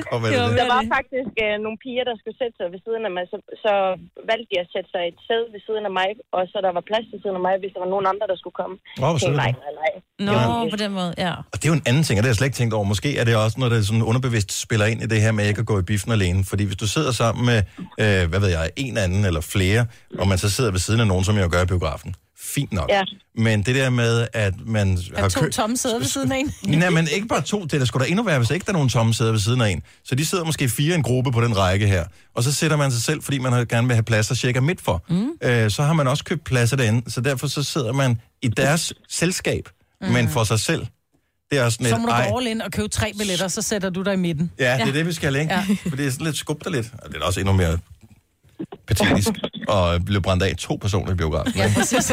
C: Kom, med
I: Det
C: det
I: var
C: der.
S: Der var faktisk øh, nogle piger, der skulle sætte sig ved siden af mig, så, så valgte de at sætte sig et sæde ved siden af mig, og så der var plads ved siden af mig, hvis der var nogen andre, der skulle komme.
C: Åh, hvor
S: Jeg tænkte,
C: sødt.
S: nej, nej, nej.
I: Nå,
C: Ja.
I: på den måde, ja.
C: Og det er jo en anden ting, og det har jeg slet ikke tænkt over. Måske er det også noget, der sådan underbevidst spiller ind i det her med ikke at gå i biffen alene. Fordi hvis du sidder sammen med, øh, hvad ved jeg, en anden eller flere, og man så sidder ved siden af nogen, som jeg jo gør i biografen, fint nok.
F: Ja.
C: Men det der med, at man
F: Der
C: har
F: er to tomme sæder ved siden af
C: (laughs)
F: en.
C: Nej, men ikke bare to. Det er da sgu da endnu værre, hvis ikke der er nogen tomme sæder ved siden af en. Så de sidder måske fire i en gruppe på den række her. Og så sætter man sig selv, fordi man har- gerne vil have pladser cirka midt for. Mm. Øh, så har man også købt pladser derinde. Så derfor så sidder man i deres selskab, mm. men for sig selv. Det er også sådan
F: (laughs) Så
C: et,
F: må du
C: ej,
F: gå all in og købe tre billetter, så sætter du dig i midten.
C: Ja, det er det, vi skal længe. Ja. For det er sådan lidt skub dig lidt. Og det er da også endnu mere patetisk at blive brændt af to personer i biografen.
F: Ja,
C: ikke?
F: præcis.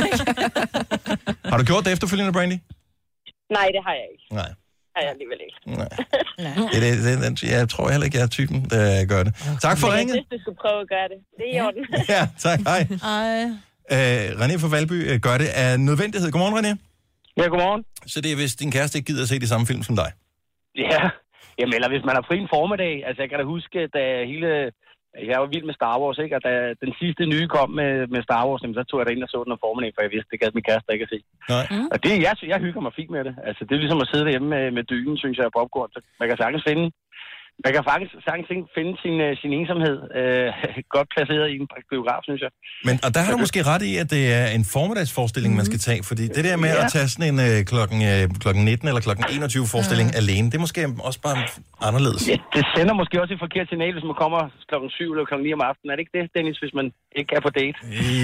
C: Har du gjort det efterfølgende, Brandy?
S: (laughs) Nej, det har jeg ikke.
C: Nej.
S: Har jeg alligevel ikke.
C: Nej. Det, er det, det, det, jeg tror heller ikke, jeg er typen, der gør det. Tak for
S: Men
C: ringet.
S: Jeg synes, du skulle prøve at gøre det. Det er i orden.
C: (laughs) Ja, tak.
T: (laughs)
C: Hej.
F: Ej.
C: Øh, René fra Valby øh, gør det af nødvendighed. Godmorgen, René.
T: Ja, godmorgen.
C: Så det er, hvis din kæreste ikke gider at se de samme film som dig.
T: Ja, jamen eller hvis man har fri en formiddag. Altså jeg kan da huske, da hele... Jeg var vild med Star Wars, ikke? Og da den sidste nye kom med, med Star Wars, jamen, så tog jeg da ind og så den om formiddagen, for jeg vidste, det gad min kæreste ikke at se.
C: Nej.
T: Mm. Og det, jeg, sy- jeg hygger mig fint med det. Altså det er ligesom at sidde derhjemme med, med dynen, synes jeg, og popcorn. Så man kan sagtens finde Man kan faktisk sagtens ikke finde sin, øh, sin ensomhed øh, (laughs) godt placeret i en biograf, synes jeg.
C: Men, og der har du måske ret i, at det er en formiddagsforestilling, man skal tage, fordi det der med
T: Mhm. Ja.
C: at tage sådan en øh, klokken, øh, klokken 19 eller klokken 21 forestilling alene, det er måske også bare anderledes.
T: Ja, det sender måske også et forkert signal, hvis man kommer klokken 7 eller klokken 9 om aftenen. Er det ikke det, Dennis, hvis man ikke er på date?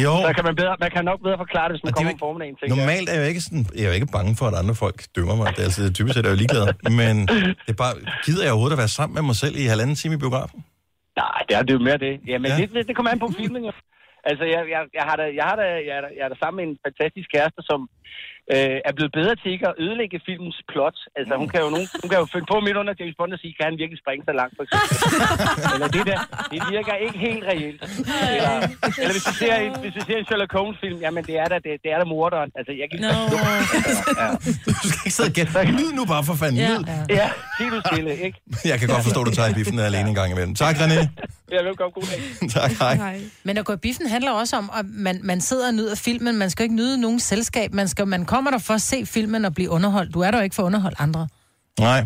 C: Jo.
T: Så kan man, bedre, man kan nok bedre forklare det, hvis man
C: Og det er jo
T: kommer om formiddagen.
C: ikke-
T: tænker jeg.
C: Normalt er jeg jo ikke sådan, jeg er jo ikke bange for, at andre folk dømmer mig. Det er altså, typisk set er jeg jo ligeglad. Men det er bare, gider jeg overhovedet at være sammen med mig selv i halvanden time i biografen?
T: Nej, det er det jo mere
C: (laughs)
T: det. Jamen, ja.
C: Ja.
T: det, det, det kommer an på filmen, jo. Altså, jeg, jeg, jeg, har da, jeg, har da, jeg, er da, jeg er da sammen med en fantastisk kæreste, som øh, er blevet bedre til ikke at ødelægge filmens plot. Altså, hun kan jo, nogen, hun kan jo følge på midt under James Bond og sige, kan han virkelig springe så langt, for eksempel? eller det der, det virker ikke helt reelt. Eller, eller hvis, vi ser en, hvis vi ser en Sherlock Holmes-film, jamen, det er da, det, det er da morderen. Altså, jeg kan ikke... No.
C: Ikke sidde og gætte. Lyd nu bare for fanden.
T: Ja,
C: Lyd.
T: (laughs) ja. sig du stille, ikke?
C: (laughs) Jeg kan godt forstå, at du tager i biffen alene en gang imellem. Tak, René. (laughs)
T: Ja, velkommen, god dag.
C: Tak, hej.
F: Men at gå i biffen handler også om, at man, man sidder og nyder filmen. Man skal ikke nyde nogen selskab. Man, skal, man kommer der for at se filmen og blive underholdt. Du er der jo ikke for at underholde andre.
C: Nej.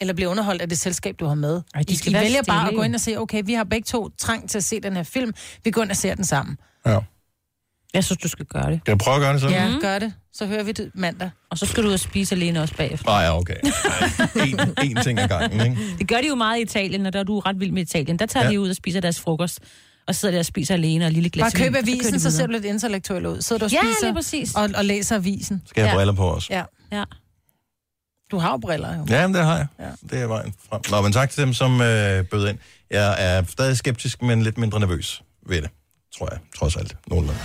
F: Eller blive underholdt af det selskab, du har med. Ej,
I: de skal
F: I, I
I: være
F: vælger bare at
I: stille,
F: gå
I: jo.
F: ind og sige, okay, vi har begge to trang til at se den her film. Vi går ind og ser den sammen.
C: Ja. Altså- Mhm.
I: Jeg synes, du skal gøre det.
C: Kan jeg prøve at gøre det så?
F: Ja, gør det. Så hører vi det mandag.
I: Og så skal du ud og spise alene også bagefter.
C: Nej, ja, okay. En, en ting ad gangen, ikke?
I: Det gør de jo meget i Italien, og der er du ret vild med Italien. Der tager
C: Ja.
I: ja. de ud og spiser deres frokost, og sidder der og spiser alene og et lille glas
F: Bare
I: vin,
F: køb
I: og så kører
F: avisen,
I: de
F: så ser
I: videre.
F: du lidt intellektuel ud. Sidder du og
I: Ja,
F: spiser
I: lige præcis.
F: Og, og læser avisen.
C: Skal jeg have
F: ja.
C: briller på også?
F: Ja.
I: ja.
F: Du har jo briller, jo.
C: Ja, men det har jeg. Ja. Det er vejen frem. Nå, men tak til dem, som øh, bød ind. Jeg er stadig skeptisk, men lidt mindre nervøs ved det, tror jeg. Trods alt. Nogenlunde.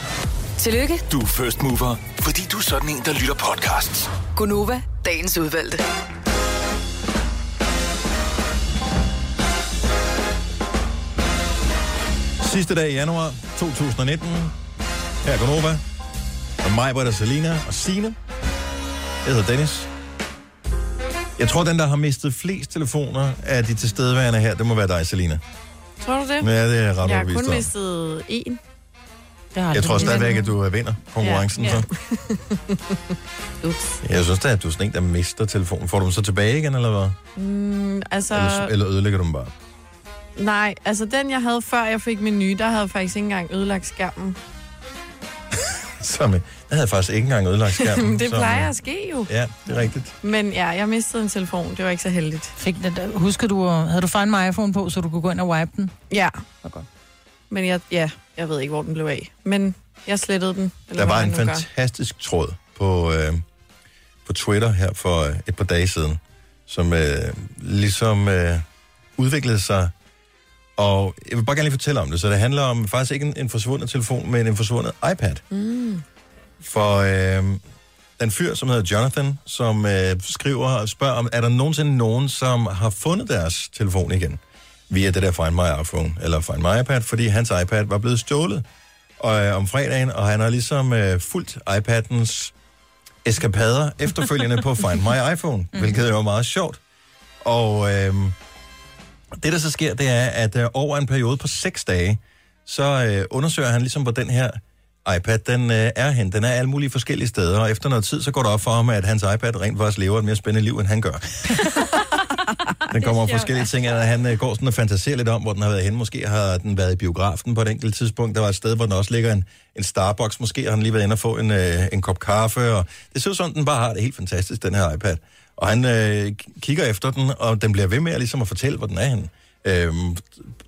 A: Tillykke,
B: Du er first mover, fordi du er sådan en, der lytter podcasts.
A: Gunova, dagens udvalgte.
C: Sidste dag i januar 2019. Her er Gunova. Og mig, Britta, Selina og Sine. Jeg hedder Dennis. Jeg tror, den, der har mistet flest telefoner af de tilstedeværende her, det må være dig, Selina.
E: Tror du det?
C: Ja, det er jeg ret
E: Jeg har
C: overbevist
E: kun
C: om.
E: mistet én.
C: Jeg tror stadigvæk, at du øh, vinder konkurrencen.
E: Ja, ja.
C: Så. Jeg synes da, at du er sådan en, der mister telefonen. Får du dem så tilbage igen, eller hvad?
E: Mm, altså,
C: Eller, eller ødelægger du dem bare? (laughs)
E: nej, altså den jeg havde før jeg fik min nye, der havde jeg faktisk ikke engang ødelagt skærmen.
C: Som, øh, der havde jeg faktisk ikke engang ødelagt skærmen.
E: (laughs) det
C: som, øh,
E: plejer at ske jo.
C: Ja, det er rigtigt.
E: Men ja, jeg mistede en telefon, det var ikke så heldigt.
F: Fik den, der- husker du, at- havde du Find My iPhone på, så du kunne gå ind og wipe den?
E: Ja. Men jeg, ja, jeg ved ikke, hvor den blev af. Men jeg slettede den.
C: Der var
E: hvad
C: en
E: man nu gør.
C: fantastisk tråd på, øh, på Twitter her for øh, et par dage siden, som øh, ligesom øh, udviklede sig. Og jeg vil bare gerne lige fortælle om det. Så det handler om faktisk ikke en, en forsvundet telefon, men en forsvundet iPad.
R: Mm.
C: For øh, den fyr, som hedder Jonathan, som øh, skriver og spørger om, er der nogensinde nogen, som har fundet deres telefon igen? Via det der Find My iPhone, eller Find My iPad, fordi hans iPad var blevet stjålet og, øh, om fredagen, og han har ligesom øh, fulgt iPadens eskapader efterfølgende på Find My iPhone, mm. hvilket er meget sjovt. Og øh, det, der så sker, det er, at øh, over en periode på seks dage, så øh, undersøger han ligesom, hvor den her iPad, den øh, er hen. Den er alle mulige forskellige steder, og efter noget tid, så går det op for ham, at hans iPad rent faktisk lever et mere spændende liv, end han gør.
T: (laughs)
C: den kommer over forskellige ting, og han øh, går sådan og fantaserer lidt om, hvor den har været hen. Måske har den været i biografen på et enkelt tidspunkt. Der var et sted, hvor den også ligger en, en Starbucks. Måske har han lige været inde og få en, øh, en kop kaffe. Og det ser ud som, den bare har det helt fantastisk, den her iPad. Og han øh, k- kigger efter den, og den bliver ved med at, ligesom at fortælle, hvor den er henne. Øhm,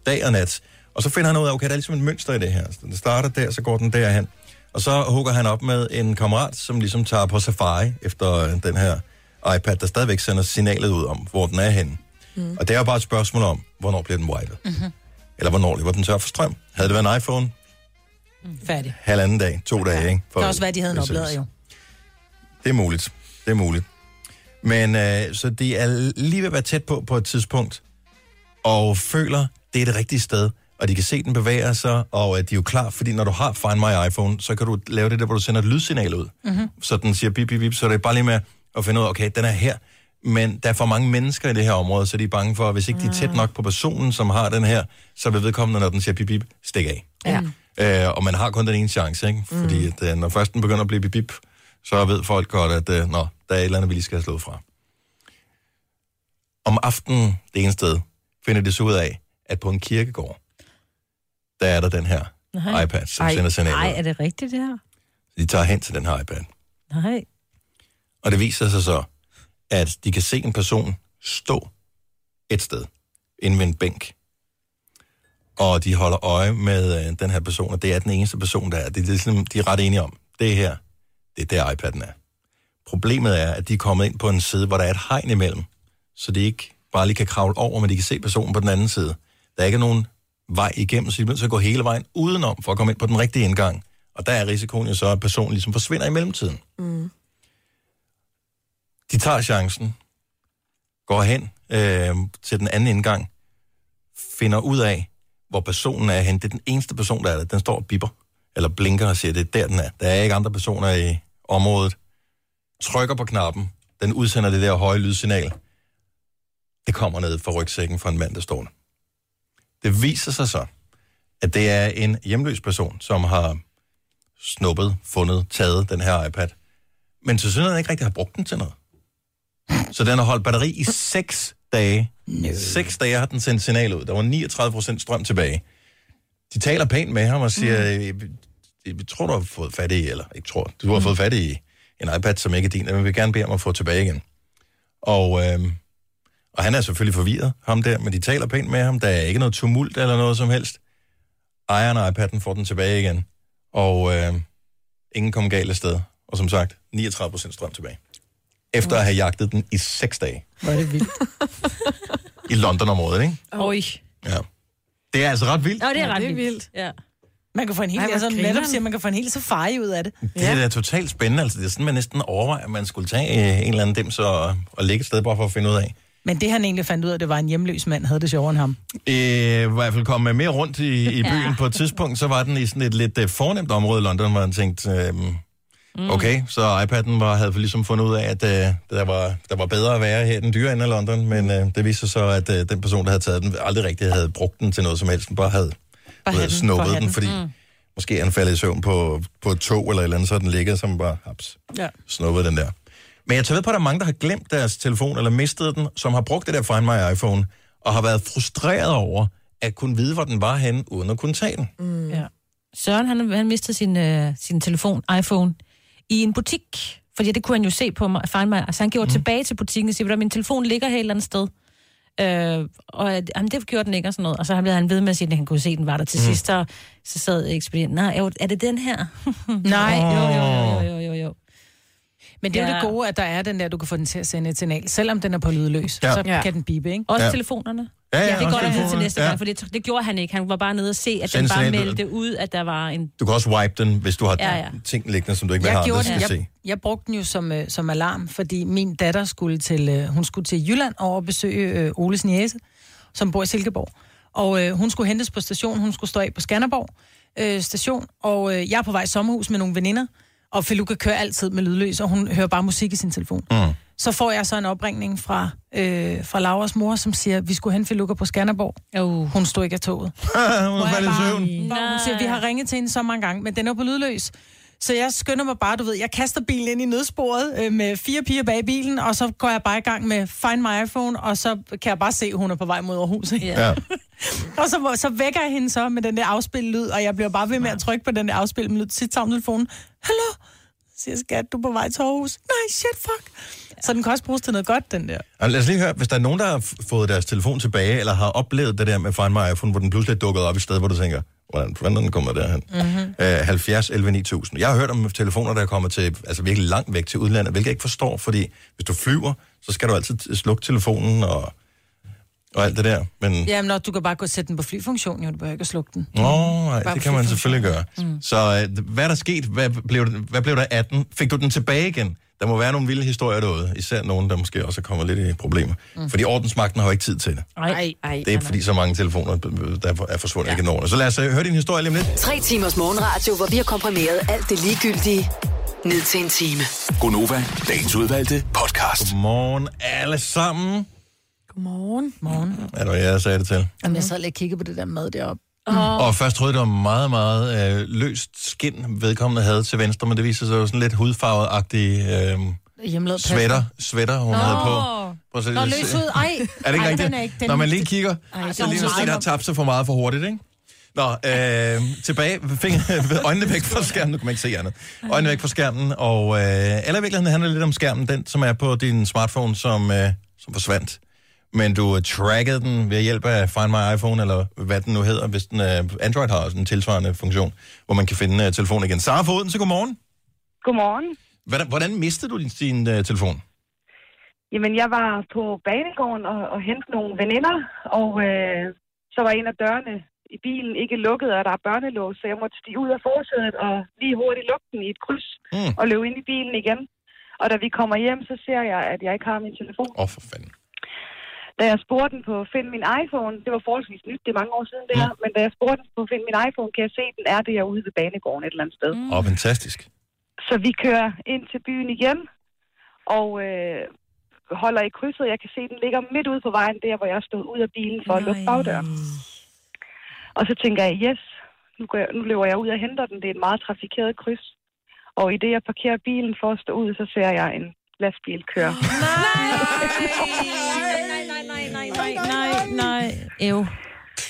C: dag og nat. Og så finder han ud af, okay, der er ligesom et mønster i det her. Så den starter der, så går den derhen. Og så hugger han op med en kammerat, som ligesom tager på safari efter øh, den her iPad, der stadigvæk sender signalet ud om, hvor den er henne. Mm. Og det er jo bare et spørgsmål om, hvornår bliver den wiped?
F: Mhm.
C: Eller hvornår løber den tør for strøm? Havde det været en iPhone,
F: Færdig. Det
C: halvanden dag, to dage, ikke?
F: kan også være, de havde en
C: for service.
F: oplader, jo.
C: Det er muligt. Det er muligt. Men øh, så de er lige ved at være tæt på på et tidspunkt, og føler, det er det rigtige sted, og de kan se, den bevæger sig, og øh, de er jo klar, fordi når du har Find My iPhone, så kan du lave det der, hvor du sender et lydsignal ud.
R: Mm-hmm.
C: Så den siger bip, bip, bip, så det er bare lige med at finde ud af, okay, den er her. Men der er for mange mennesker i det her område, så de er bange for, at hvis ikke de er tæt nok på personen, som har den her, så vil vedkommende, når den siger bip, bip, stikke af.
R: Ja.
C: Øh, og man har kun den ene chance, ikke? Fordi at, øh, når først den begynder at blive bip, så ved folk godt, at øh, nå, der er et eller andet, vi lige skal have slået fra. Om aftenen, det ene sted, finder det så ud af, at på en kirkegård, der er der den her
I: Nej.
C: iPad, som sender signaler.
I: Nej, er det rigtigt det her?
C: De tager hen til den her iPad.
I: Nej.
C: Og det viser sig så, at de kan se en person stå et sted inde ved en bænk. Og de holder øje med øh, den her person, og det er den eneste person, der er. Det, er ligesom, de er ret enige om. Det her, det er der iPad'en er. Problemet er, at de er kommet ind på en side, hvor der er et hegn imellem, så de ikke bare lige kan kravle over, men de kan se personen på den anden side. Der er ikke nogen vej igennem, så de er nødt til at gå hele vejen udenom, for at komme ind på den rigtige indgang. Og der er risikoen jo så, at personen ligesom forsvinder i mellemtiden.
R: Mm.
C: De tager chancen, går hen øh, til den anden indgang, finder ud af, hvor personen er hen. Det er den eneste person, der er der. Den står og bipper, eller blinker og siger, det er der, den er. Der er ikke andre personer i området. Trykker på knappen, den udsender det der høje lydsignal. Det kommer ned fra rygsækken fra en mand, der står der. Det viser sig så, at det er en hjemløs person, som har snuppet, fundet, taget den her iPad. Men til synligheden ikke rigtig har brugt den til noget. Så den har holdt batteri i 6 dage. 6 dage har den sendt signal ud. Der var 39 procent strøm tilbage. De taler pænt med ham og siger, mm. jeg tror, du har fået fat i, eller ikke tror, du har mm. fået fat i en iPad, som ikke er din, men vi vil gerne bede om at få tilbage igen. Og, øh, og han er selvfølgelig forvirret, ham der, men de taler pænt med ham. Der er ikke noget tumult eller noget som helst. Ejeren af iPad'en får den tilbage igen, og øh, ingen kom galt af sted. Og som sagt, 39 procent strøm tilbage. Efter at have jagtet den i 6 dage
F: Hvor er det vildt.
C: i London-området, ikke?
I: (laughs) Oj.
C: Ja. Det er altså ret vildt.
I: Nå, det er
F: Ja,
I: ret
F: det er
I: vildt. Ja.
F: Man kan få en hel,
I: Ej,
F: Ej,
I: hvor
F: altså, netop
I: grineren.
F: siger, man kan få en hel safari ud af det.
C: Det ja. er da totalt spændende. Altså, det er sådan, man næsten overvejer, at man skulle tage øh, en eller anden dem så og, og lægge et sted bare for at finde ud af.
F: Men det han egentlig fandt ud af, det var at en hjemløs mand, havde det sjovere end ham.
C: Øh, I hvert fald kom med mere rundt i, i byen. (laughs) Ja. På et tidspunkt, så var den i sådan et lidt øh, fornemt område i London, hvor man tænkte, øh, okay, så iPad'en var, havde ligesom fundet ud af, at øh, der, var, der var bedre at være her i den dyre ende af London, men øh, det viste sig så, at øh, den person, der havde taget den, aldrig rigtig havde brugt den til noget som helst, den bare havde, bare havde snuppet den, fordi mm. måske er han faldet i søvn på, på et tog eller et eller andet, så den ligger som bare, haps,
F: Ja.
C: snuppet den der. Men jeg tager ved på, at der er mange, der har glemt deres telefon eller mistet den, som har brugt det der Find My iPhone, og har været frustreret over at kunne vide, hvor den var henne, uden at kunne tage den.
I: Mm. ja. Søren, han, han mistede sin, øh, sin telefon, iPhone, i en butik. Fordi det kunne han jo se på mig, Find My. Altså, han gjorde mm. tilbage til butikken og siger, "Ved du hvad, min telefon ligger her et eller andet sted. Øh, og at- jamen, det gjorde den ikke og sådan noget. Og så blev han ved med at sige, at han kunne se, at den var der til mm.
F: Mm.
I: sidst. Og så sad ekspedienten, nej, jo, er det den her? (laughs)
F: Nej.
I: Jo, jo, jo, jo, jo, jo.
F: Men det er jo
I: Ja.
F: det gode, at der er den der, du kan få den til at sende et signal. Selvom den er på lydløs,
I: Ja.
F: ja. så
I: Ja.
F: kan den bibe, ikke?
I: Også
F: ja.
I: ja. telefonerne.
F: Ja, ja,
I: det er
F: også
I: godt at vide til
F: telefonerne,
I: næste
C: ja.
I: gang, for det, det gjorde han ikke. Han var bare nede og se, at
C: Send
I: den bare
C: signal.
I: meldte ud, at der var
C: (laughs)
I: en...
C: Du kan også wipe den, hvis du har
F: Ja,
C: ja,
F: ja.
C: ja. ting liggende, som du ikke vil
F: jeg
C: have, andre
F: gjorde
C: skal
F: det.
C: se.
F: Jeg, jeg brugte den jo som, øh, som alarm, fordi min datter skulle til, øh, hun skulle til Jylland over og besøge øh, Oles niece, som bor i Silkeborg. Og øh, hun skulle hentes på station, hun skulle stå af på Skanderborg øh, station, og øh, jeg er på vej i sommerhus med nogle veninder, og Feluca kører altid med lydløs, og hun hører bare musik i sin telefon.
C: Mm.
F: Så får jeg så en opringning fra, øh, fra Lauras mor, som siger, at vi skulle hente Feluca på Skanderborg.
I: Uh.
F: Hun stod ikke af toget.
C: hun
F: faldt i
C: søvn.
F: Hvor hun siger, vi har ringet til hende så mange gange, men den er jo på lydløs. Så jeg skynder mig bare, du ved, jeg kaster bilen ind i nødsporet øh, med fire piger bag i bilen, og så går jeg bare i gang med Find My iPhone, og så kan jeg bare se, at hun er på vej mod Aarhus. Ikke?
C: Ja.
F: (laughs) og så, må- så vækker jeg hende så med den der afspillelyd, og jeg bliver bare ved med at trykke på den der afspillelyd. Så tager hun telefonen. Hallo? Så siger jeg, skat, du er på vej til Aarhus. Nej, shit, fuck. Så den kan også bruges til noget godt, den der.
C: Og lad os lige høre, hvis der er nogen, der har f- fået deres telefon tilbage, eller har oplevet det der med Find My iPhone, hvor den pludselig er dukket op et sted, hvor du tænker, hvordan fanden er den kommer derhen?
F: Mm-hmm.
C: Øh, 70 11 9000. Jeg har hørt om telefoner, der kommer til, altså virkelig langt væk til udlandet, hvilket jeg ikke forstår, fordi hvis du flyver, så skal du altid t- slukke telefonen og, og alt det der. Men, ja.
F: Jamen, når du kan bare gå og sætte den på flyfunktion, jo, du behøver ikke at slukke den.
C: Nå, nej,
F: Bare
C: det kan man
F: flyfunktion.
C: selvfølgelig gøre. Mm. Så øh, hvad er der sket? Hvad blev, den- hvad blev der af den? Fik du den tilbage igen? Der må være nogle vilde historier derude, især nogen, der måske også kommer lidt i problemer. Mm. Fordi ordensmagten har jo ikke tid til det.
I: Nej,
C: Det er fordi så mange telefoner, øh, der er forsvundet ja. igennem årene. Så lad os øh, høre din historie lige om lidt.
A: Tre timers morgenradio, hvor vi har komprimeret alt det ligegyldige ned til en time.
B: Gonova, dagens udvalgte podcast.
C: Godmorgen alle sammen.
F: Godmorgen. Morgen.
C: Er det, hvad jeg sagde det til?
F: Jamen, jeg sad lige og kiggede på det der mad deroppe.
C: Oh. Og først troede jeg, det var meget, meget øh, løst skin, vedkommende havde til venstre, men det viste sig jo sådan lidt hudfarvet-agtig øh,
F: hjemmelavet pasta.
C: sweater, sweater hun
F: Nå.
C: havde på. Prøv at se-
F: Nå, løs ud. Ej.
C: (laughs) er det ikke
F: Ej,
C: rigtigt?
F: den er ikke- den-
C: Når man lige kigger,
F: Ej,
C: Ej,
F: den
C: så
F: er
C: lige sådan,
F: meget-
C: der har tabt sig for meget for hurtigt, ikke? Nå, øh, tilbage, fing- (laughs) øjnene væk fra skærmen, nu kan man ikke se andet. Øjnene væk fra skærmen, og øh, eller i virkeligheden handler det lidt om skærmen, den som er på din smartphone, som, øh, som forsvandt. Men du øh, trackede den ved hjælp af Find My iPhone, eller hvad den nu hedder, hvis den, øh, Android har også en tilsvarende funktion, hvor man kan finde øh, telefonen igen. Sara fra Odense, godmorgen.
R: Godmorgen.
C: Hvordan, hvordan mistede du din, din øh, telefon?
R: Jamen, jeg var på banegården og, og hentede nogle veninder, og øh, så var en af dørene i bilen ikke lukket, og der er børnelås, så jeg måtte stige ud af forsædet og lige hurtigt lukke den i et kryds
C: mm.
R: og løbe ind i bilen igen. Og da vi kommer hjem, så ser jeg, at jeg ikke har min telefon.
C: Åh, oh, for fanden.
R: Da jeg spurgte den på Find min iPhone, det var forholdsvis nyt, det er mange år siden
C: Mm.
R: det her, men da jeg spurgte den på Find min iPhone, kan jeg se, at den er der ude ved banegården et eller andet sted.
C: Åh, oh, fantastisk.
R: Så vi kører ind til byen igen, og øh, holder i krydset. Jeg kan se, den ligger midt ude på vejen, der hvor jeg stod ud af bilen for at lukke bagdøren. Og så tænker jeg, yes, nu, går jeg, nu løber jeg ud og henter den. Det er et meget trafikeret kryds. Og i det, jeg parkerer bilen for at stå ud, så ser jeg en lastbil køre.
I: Nej, nej, nej, nej, nej, nej, nej. Ew.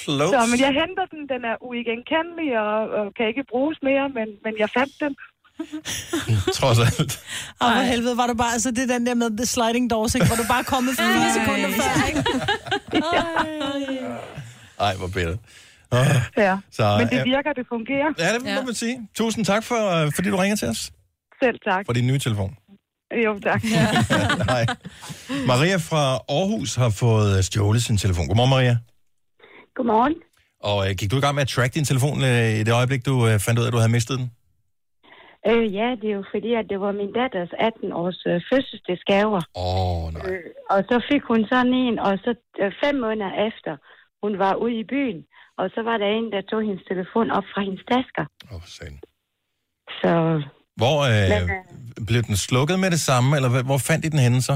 C: Close.
R: Så, men jeg henter den. Den er uigenkendelig og, og kan ikke bruges mere, men, men jeg fandt den.
C: Trods alt.
F: Og for helvede var det bare, altså det er den der med the sliding doors, ikke? Hvor du bare er kommet (laughs) for fire sekunder før, ikke?
C: Ej, hvor bedre. Oh.
R: Ja.
C: Så,
R: men det
C: ja.
R: virker, det fungerer.
C: Ja, det må ja. man sige. Tusind tak, for, øh, fordi du ringer til os.
R: Selv tak.
C: For din nye telefon.
R: Jo, tak. Ja. (laughs)
C: Nej. Maria fra Aarhus har fået øh, stjålet sin telefon. Godmorgen, Maria.
U: Godmorgen.
C: Og øh, gik du i gang med at track din telefon øh, i det øjeblik, du øh, fandt ud af, at du havde mistet den?
U: Øh, ja, det er jo fordi, at det var min datters 18-års øh, fødselsdagsgaver.
C: Åh, nej. (laughs)
U: Øh, og så fik hun sådan en, og så øh, fem måneder efter, hun var ude i byen, og så var der en, der tog hendes telefon op fra hendes tasker.
C: Åh, oh, sand.
U: Så,
C: Hvor
U: Men,
C: øh, blev den slukket med det samme, eller hvad- hvor fandt I den henne så?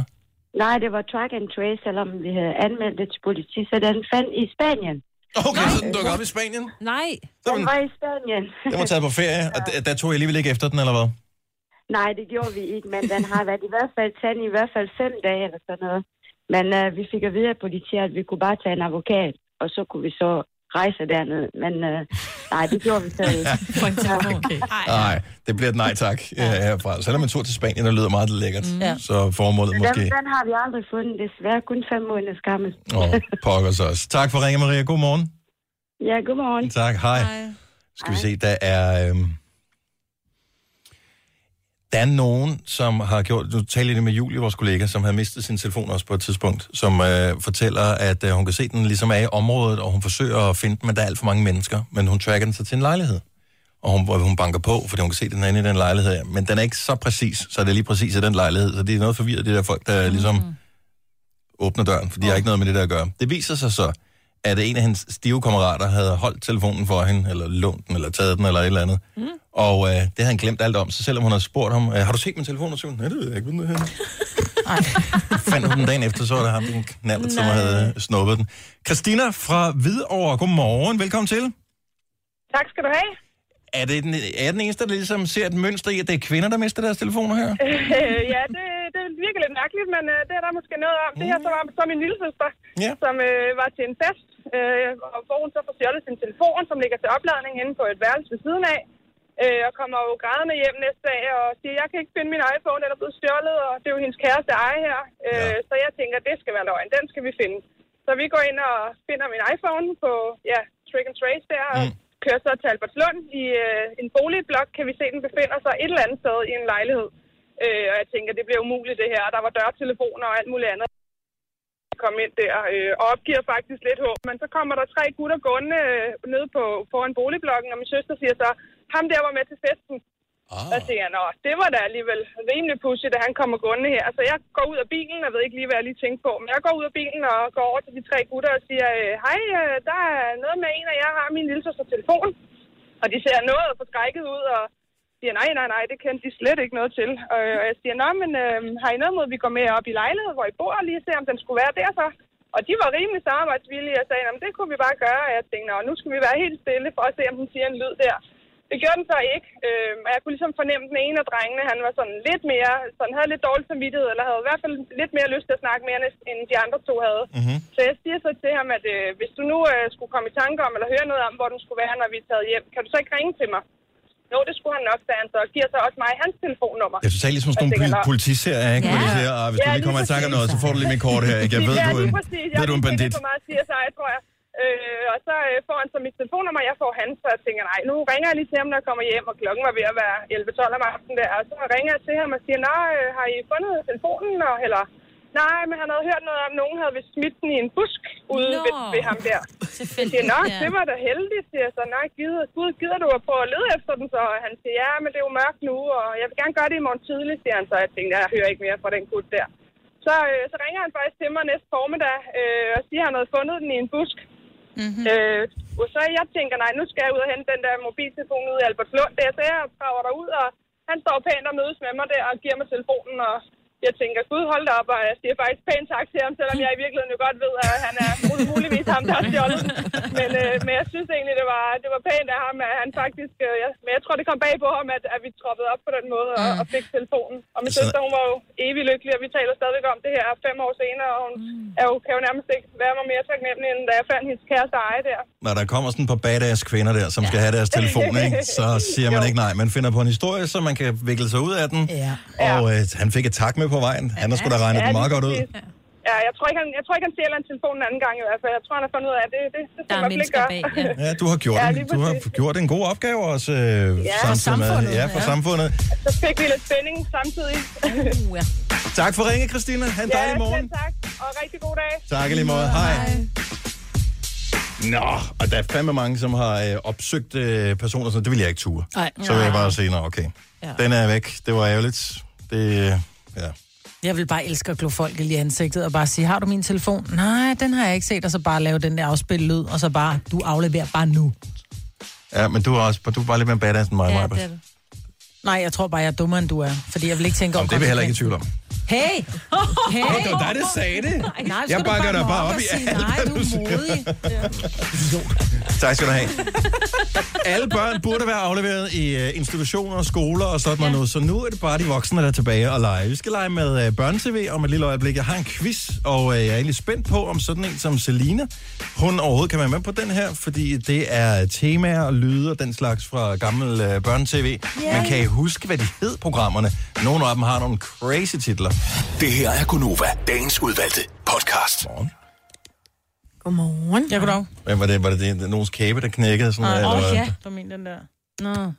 U: nej, det var track and trace, selvom vi havde anmeldt det til politi, så den fandt i Spanien.
C: Okay, så den dukker op i Spanien?
U: Nej, den var i Spanien.
C: Den var taget på ferie, og d- der tog jeg alligevel ikke efter den, eller hvad?
U: Nej, det gjorde vi ikke, men den har været i hvert fald taget i hvert fald fem dage eller sådan noget. Men øh, vi fik at vide af politiet, at vi kunne bare tage en advokat, og så kunne vi så rejse derned. Men øh, nej, det gjorde vi så ikke.
C: Nej, det bliver et nej tak ja. herfra. Selvom en tur til Spanien, der lyder meget lækkert,
U: Ja.
C: mm. så formålet
U: Den,
C: måske...
U: den har vi aldrig fundet, desværre. Kun fem måneder gammel.
C: Åh, oh, pokker så også. Tak for ringen, Maria. God morgen.
U: Ja, godmorgen.
C: Tak, hej. Skal vi se, der er... Øhm, der er nogen, som har gjort... Nu talte jeg lige med Julie, vores kollega, som havde mistet sin telefon også på et tidspunkt, som øh, fortæller, at øh, hun kan se den ligesom er i området, og hun forsøger at finde den, men der er alt for mange mennesker. Men hun tracker den så til en lejlighed. Og hun, og hun banker på, fordi hun kan se, at den er inde i den lejlighed. her. Men den er ikke så præcis, så det er lige præcis i den lejlighed. Så det er noget forvirret, det der folk, der ligesom åbner døren, fordi jeg har ikke noget med det der at gøre. Det viser sig så, at en af hendes stive kammerater havde holdt telefonen for hende, eller lånt den, eller taget den, eller et eller andet. Mm. Og øh, det havde han glemt alt om, så selvom hun havde spurgt ham, øh, har du set min telefon? Og så sagde hun, nej, det ved jeg ikke, hvordan det er. (laughs) Fandt hun den dagen efter, så var det ham, den knaldet, som
V: Nej.
C: havde øh, snuppet den. Christina fra Hvidovre, godmorgen, velkommen til.
V: Tak skal du have.
C: Er, det den, er jeg den eneste, der ligesom ser et mønster i, at det er kvinder, der mister deres telefoner her?
V: Øh, (laughs) ja, det, det virker lidt mærkeligt, men øh, det er der måske noget om. Det her så var så min lille søster,
C: Ja.
V: som øh, var til en fest, øh, og hvor hun så får stjålet sin telefon, som ligger til opladning inde på et værelse ved siden af, øh, og kommer jo grædende hjem næste dag og siger, jeg kan ikke finde min iPhone, den er blevet stjålet, og det er jo hendes kæreste eje her, øh, ja. så jeg tænker, det skal være løgn, den skal vi finde. Så vi går ind og finder min iPhone på ja, Trick and Trace der, og kører så til Albertslund i øh, en boligblok, kan vi se, den befinder sig et eller andet sted i en lejlighed. Øh, og jeg tænker, det bliver umuligt det her. Og Der var dørtelefoner og alt muligt andet. Jeg kom ind der øh, og opgiver faktisk lidt håb. Men så kommer der tre gutter gående øh, nede på, foran boligblokken, og min søster siger så, ham der var med til festen.
C: Ah.
V: Der siger jeg, nå, det var da alligevel rimelig pudsigt, da han kommer gående her. Så jeg går ud af bilen, jeg ved ikke lige, hvad jeg lige tænkte på, men jeg går ud af bilen og går over til de tre gutter og siger, øh, hej, øh, der er noget med en, og jeg har min lille søsters telefon. Og de ser noget forskrækket ud, og siger, nej, nej, nej, det kendte de slet ikke noget til. Og, og jeg siger, nå, men øh, har I noget mod, at vi går med op i lejligheden, hvor I bor, og lige se, om den skulle være der så? Og de var rimelig samarbejdsvillige og sagde, at det kunne vi bare gøre. Og jeg tænkte, nå, nu skal vi være helt stille for at se, om den siger en lyd der. Det gjorde den så ikke, øh, og jeg kunne ligesom fornemme, at den ene af drengene, han var sådan lidt mere, sådan havde lidt dårlig samvittighed, eller havde i hvert fald lidt mere lyst til at snakke mere, end- end de andre to havde.
C: Mm-hmm.
V: Så jeg siger så til ham, at øh, hvis du nu øh, skulle komme i tanke om, eller høre noget om, hvor den skulle være, når vi er taget hjem, kan du så ikke ringe til mig? Jo, det skulle han nok, sagde han så, og giver så også mig hans telefonnummer.
C: Det er totalt ligesom sådan
V: Og tænker,
C: nogle
V: "Nå."
C: pol- politiserier, ikke? Ja. Hvor de siger, ah, hvis
V: Ja,
C: du lige
V: lige
C: kommer i tanke om noget, så
V: præcis.
C: får du lige mit kort her, ikke? Jeg ved,
V: (laughs) ja,
C: du er
V: lige
C: en,
V: præcis.
C: ved, du er en bandit.
V: Jeg meget CSI, tror jeg. Øh, og så øh, får han så mit telefonnummer, og jeg får hans, så jeg tænker, nej, nu ringer jeg lige til ham, når jeg kommer hjem, og klokken var ved at være 11-12 om aftenen der, og så ringer jeg til ham og siger, nej, øh, har I fundet telefonen, og, eller nej, men han havde hørt noget om, at nogen havde vist smidt den i en busk ude
D: Nå.
V: ved, ved, ham der. Jeg siger, nå,
D: ja.
V: det var da heldigt, siger jeg så, nej, gider, gud, gider du at prøve at lede efter den, så og han siger, ja, men det er jo mørkt nu, og jeg vil gerne gøre det i morgen tidlig, siger han så, jeg tænkte, jeg hører ikke mere fra den gut der. Så, øh, så ringer han faktisk til mig næste formiddag øh, og siger, at han havde fundet den i en busk. Mm-hmm. Øh, og så jeg tænker, nej, nu skal jeg ud og hente den der mobiltelefon ud i Albertslund. Der, så jeg drager derud, og han står pænt og mødes med mig der og giver mig telefonen. Og jeg tænker, gud, hold da op, og jeg siger faktisk pænt tak til ham, selvom jeg i virkeligheden jo godt ved, at han er mul- muligvis ham, der har stjålet den. Men, øh, men jeg synes egentlig, det var, det var pænt af ham, at han faktisk... Øh, jeg, men jeg tror, det kom bag på ham, at, at vi troppede op på den måde og, og fik telefonen. Og min
C: Så-
V: søster, hun var jo evig lykkelig, og vi taler stadigvæk om det her fem år senere, og hun mm. er jo, kan jo nærmest ikke være mig mere taknemmelig, end da jeg fandt hendes kæreste eje der.
C: Når der kommer sådan et par badass kvinder der, som skal have deres telefon, ikke? så siger man ikke nej. Man finder på en historie, så man kan vikle sig ud af den.
F: Ja.
C: Og øh, han fik et tak med på vejen. Han har sgu da regnet
V: Ja,
C: den
V: lige
C: meget godt ud.
V: præcis. Ja, jeg tror ikke, han, jeg tror ikke, han stjæler en telefon en anden gang i hvert fald. Jeg tror, han har fundet ud af, at det, det, det skal
F: er
V: man i hvert fald ikke gøre.
C: Ja, du har gjort,
V: Ja,
C: ja,
V: lige
C: en, du har gjort en god opgave også, øh, ja,
V: for
C: samtidig med,
V: samfundet,
C: ja, for
V: ja.
C: samfundet.
V: (laughs) Så fik vi lidt spænding samtidig. Uh, ja.
C: Tak for ringe, Christina. Ha' en
V: ja,
C: dejlig morgen.
V: selv tak, og rigtig god dag.
C: Tak i lige måde. Hej. Nå, og der er fandme mange, som har øh, opsøgt øh, personer, så det vil jeg ikke ture.
F: Nej.
C: Så vil jeg bare sige, nå, okay.
F: Ja.
C: Den er væk. Det var ærgerligt. Det, øh, ja.
F: Jeg vil bare elske at glo folk lige i ansigtet og bare sige, har du min telefon? Nej, den har jeg ikke set, og så bare lave den der afspillet lyd, og så bare, du afleverer bare nu.
C: ja, men du er, også, du er bare lidt mere badass end mig, ja, det,
F: du. Nej, jeg tror bare, jeg er dummere, end du er, fordi jeg vil ikke tænke om...
C: Om det er vi heller ikke i tvivl om.
F: (laughs) Hey! Hey!
C: Det var dig, der sagde det.
F: Nej, så skal
C: Jeg
F: du
C: bakker dig
F: nå
C: bare op
F: og
C: i
F: sige,
C: alt,
F: Nej,
C: hvad
F: (laughs) du
C: du
F: er
C: siger."
F: modig.
C: Tak skal du have. Alle børn burde være afleveret i øh, institutioner og skoler og sådan noget. Så nu er det bare de voksne, der er tilbage og lege. Vi skal lege med øh, børne-tv om et lille øjeblik. Jeg har en quiz, og øh, jeg er egentlig spændt på, om sådan en som Selina, hun overhovedet kan være med på den her, fordi det er temaer og lyde og den slags fra gammel øh, børne-tv.
B: Ja.
C: Men kan I huske, hvad de hed programmerne? Nogle af dem har nogle crazy titler.
B: Det her er Gunova, dagens udvalgte podcast.
E: Godmorgen.
F: Ja, goddag.
C: Hvem var det? Var det, det nogens kæbe, der knækkede? Sådan,
F: Åh,
C: eller
F: oh,
C: hvad?
F: ja, du mener den der. Nå.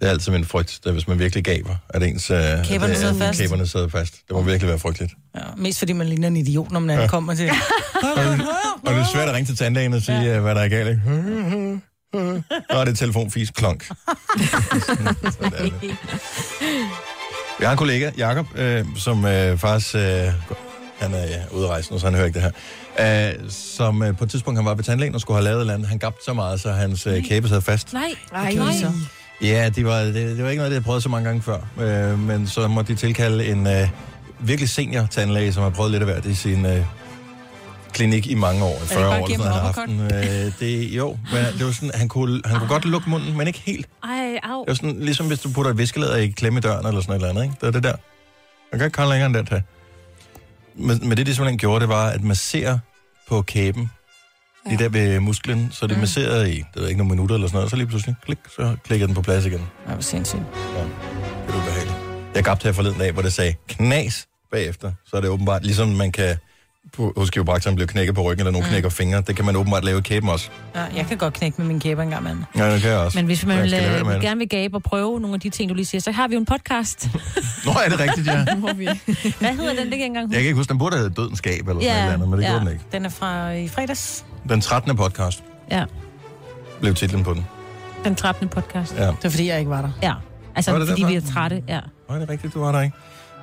C: Det er altid min frygt, at hvis man virkelig gaber, at ens øh, at,
F: Kæberne sidder
C: øh,
F: fast.
C: kæberne sidder fast. Det må virkelig være frygteligt.
F: Ja, mest fordi man ligner en idiot, når man ja. kommer (laughs) til.
C: Og det er svært at ringe til tandlægen og sige, ja. hvad der er galt. Ikke?
F: (laughs)
C: Nå, det er telefonfis klonk. Jeg har en kollega, Jakob, øh, som øh, faktisk... Øh, han er ja, ude at rejse nu, så han hører ikke det her. Øh, som øh, på et tidspunkt, han var ved tandlægen og skulle have lavet et eller andet. Han gabte så meget, så hans øh, kæbe sad fast.
I: Nej,
E: Ej,
I: nej.
E: nej.
C: Ja, det var, det, det var ikke noget, det jeg prøvede så mange gange før. Øh, men så måtte de tilkalde en øh, virkelig senior tandlæge, som har prøvet lidt af hvert i sin øh, klinik i mange år. I 40
B: bare
C: år
B: gennem
C: han har haft den. Øh, det, jo, men det var sådan, han kunne, han kunne godt lukke munden, men ikke helt.
I: Ej, au.
C: Det var sådan, ligesom hvis du putter et viskelæder i klemme i døren eller sådan et eller andet, ikke? Det var det der. Man kan ikke komme længere end den her. Men, men det, de simpelthen gjorde, det var at massere på kæben. Ja. Lige der ved musklen, så det mm. masserede i, det ved jeg ikke, nogle minutter eller sådan noget, så lige pludselig, klik, så klikker den på plads igen.
F: Ja, hvor sindssygt.
C: Ja, det er ubehageligt. Jeg gabte her forleden dag, hvor det sagde knas bagefter, så er det åbenbart, ligesom man kan på- hos kiropraktoren blive knækket på ryggen, eller nogen mm. knækker fingre, det kan man åbenbart lave i kæben også.
F: Ja, jeg kan godt knække med min kæber engang, mand.
C: Ja, det kan jeg også.
I: Men hvis man
C: Jeg
I: vil,
C: skal lade være
I: øh,
C: med det.
I: gerne vil gabe og prøve nogle af de ting, du lige siger, så har vi jo en podcast.
C: Nå, er det rigtigt,
I: (laughs)
C: ja.
I: Hvad hedder den? Det kan jeg ikke engang
C: Jeg kan ikke huske, den burde have heddet Dødens Gab eller sådan et eller andet, men det ja. gjorde den ikke.
F: Den er fra
I: øh,
F: i fredags.
C: Den 13. podcast
I: Ja,
C: blev titlen på den.
I: den 13. podcast.
C: Ja.
F: Det er fordi, jeg ikke var der.
I: Ja, altså
C: Var det
I: fordi
C: derfor?
I: vi er trætte. Ja.
C: Nå, er det rigtigt, du var der ikke?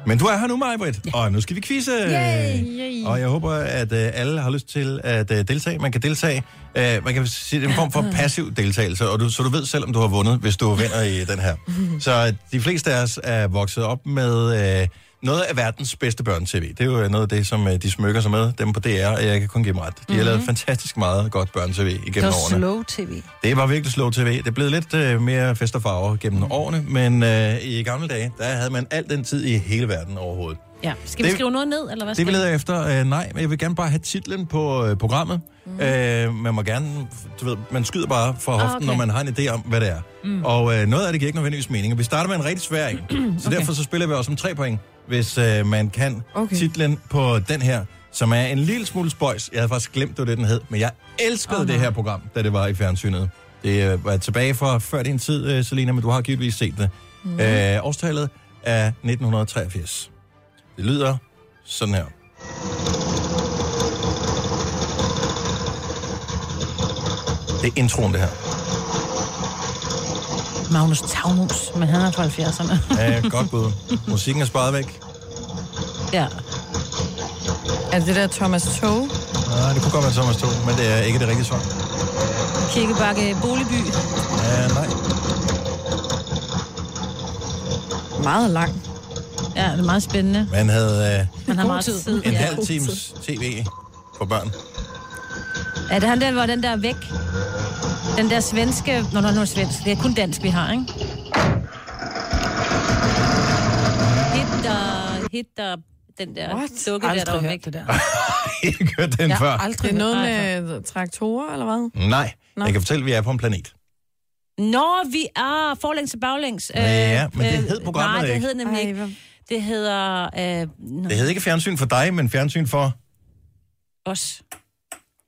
C: Men du er her nu, Majbrit, ja. og nu skal vi quizze.
I: Yay.
C: Og jeg håber, at øh, alle har lyst til at øh, deltage. Man kan deltage. Øh, man kan sige, det er en form for passiv deltagelse, og du, så du ved selv, om du har vundet, hvis du vinder i den her. Så de fleste af os er vokset op med øh, noget af verdens bedste børnetv. Det er jo noget af det, som øh, de smykker sig med, dem på DR, og jeg kan kun give dem ret. De har lavet fantastisk meget godt børnetv
F: Det
C: igennem
F: var
C: årene.
F: slow tv.
C: Det var virkelig slow tv. Det er blevet lidt øh, mere fest og farver gennem mm. årene, men øh, i gamle dage, der havde man al den tid i hele verden overhovedet.
I: Ja. Skal vi
C: Det-
I: skrive noget ned, eller hvad
C: Det
I: skal
C: vi leder efter, øh, nej, men jeg vil gerne bare have titlen på øh, programmet. Mm. Øh, man må gerne, du ved, man skyder bare fra
I: Mhm. Ah,
C: hoften, okay.
I: okay.
C: når man har en idé om, hvad det er. Mm. Og øh, noget af det giver ikke nødvendigvis mening. Og Vi starter med en rigtig svær
I: (clears throat)
C: en, så
B: Okay.
C: derfor så spiller vi også om tre point, hvis øh, man kan okay. titlen på den her, som er en lille smule spøjs. Jeg havde faktisk glemt, det var det, den hed, men jeg
I: Ah,
C: elskede oh, det her program, da det var i fjernsynet. Det øh, var tilbage fra før din tid, øh, Selina, men du har givetvis set det. Mm.
I: Mm-hmm.
B: Mm.
C: Øh, årstallet er 1983. Det lyder sådan her. Det er introen, det her.
F: Magnus Tavmus, men han er fra
I: (laughs)
F: 70'erne.
C: Ja, godt bud. Musikken er sparet væk.
F: ja.
E: Er det det der Thomas Tog?
C: Nej, det kunne godt være Thomas 2, men det er ikke det rigtige svar.
I: Kirkebakke Boligby.
C: Ja, nej.
E: Meget lang.
I: Ja, det er meget spændende.
C: Man havde
I: Man har
F: God
I: meget
F: tid.
I: tid.
C: øh, en
I: ja.
C: halv times tv for børn. (laughs)
I: Er det han der, hvor den der er væk? Den der svenske... Nå, nå, nu er svensk. Det er kun dansk, vi har, ikke? Hitter, hitter, den der What? dukke der,
F: Aldrig
I: der var
F: hørt
I: væk.
F: Det der.
C: Ikke hørt den før.
E: Det er noget med traktorer, eller hvad?
C: Nej,
E: Nå.
C: jeg kan fortælle, at vi er på en planet.
I: Når vi er forlængs og baglængs. Øh,
C: Ja, men det
I: øh,
C: hed programmet
I: Nej, det
C: ikke.
I: hed nemlig ikke. Det hedder øh,
C: Det hed ikke fjernsyn for dig, men fjernsyn for...
I: os.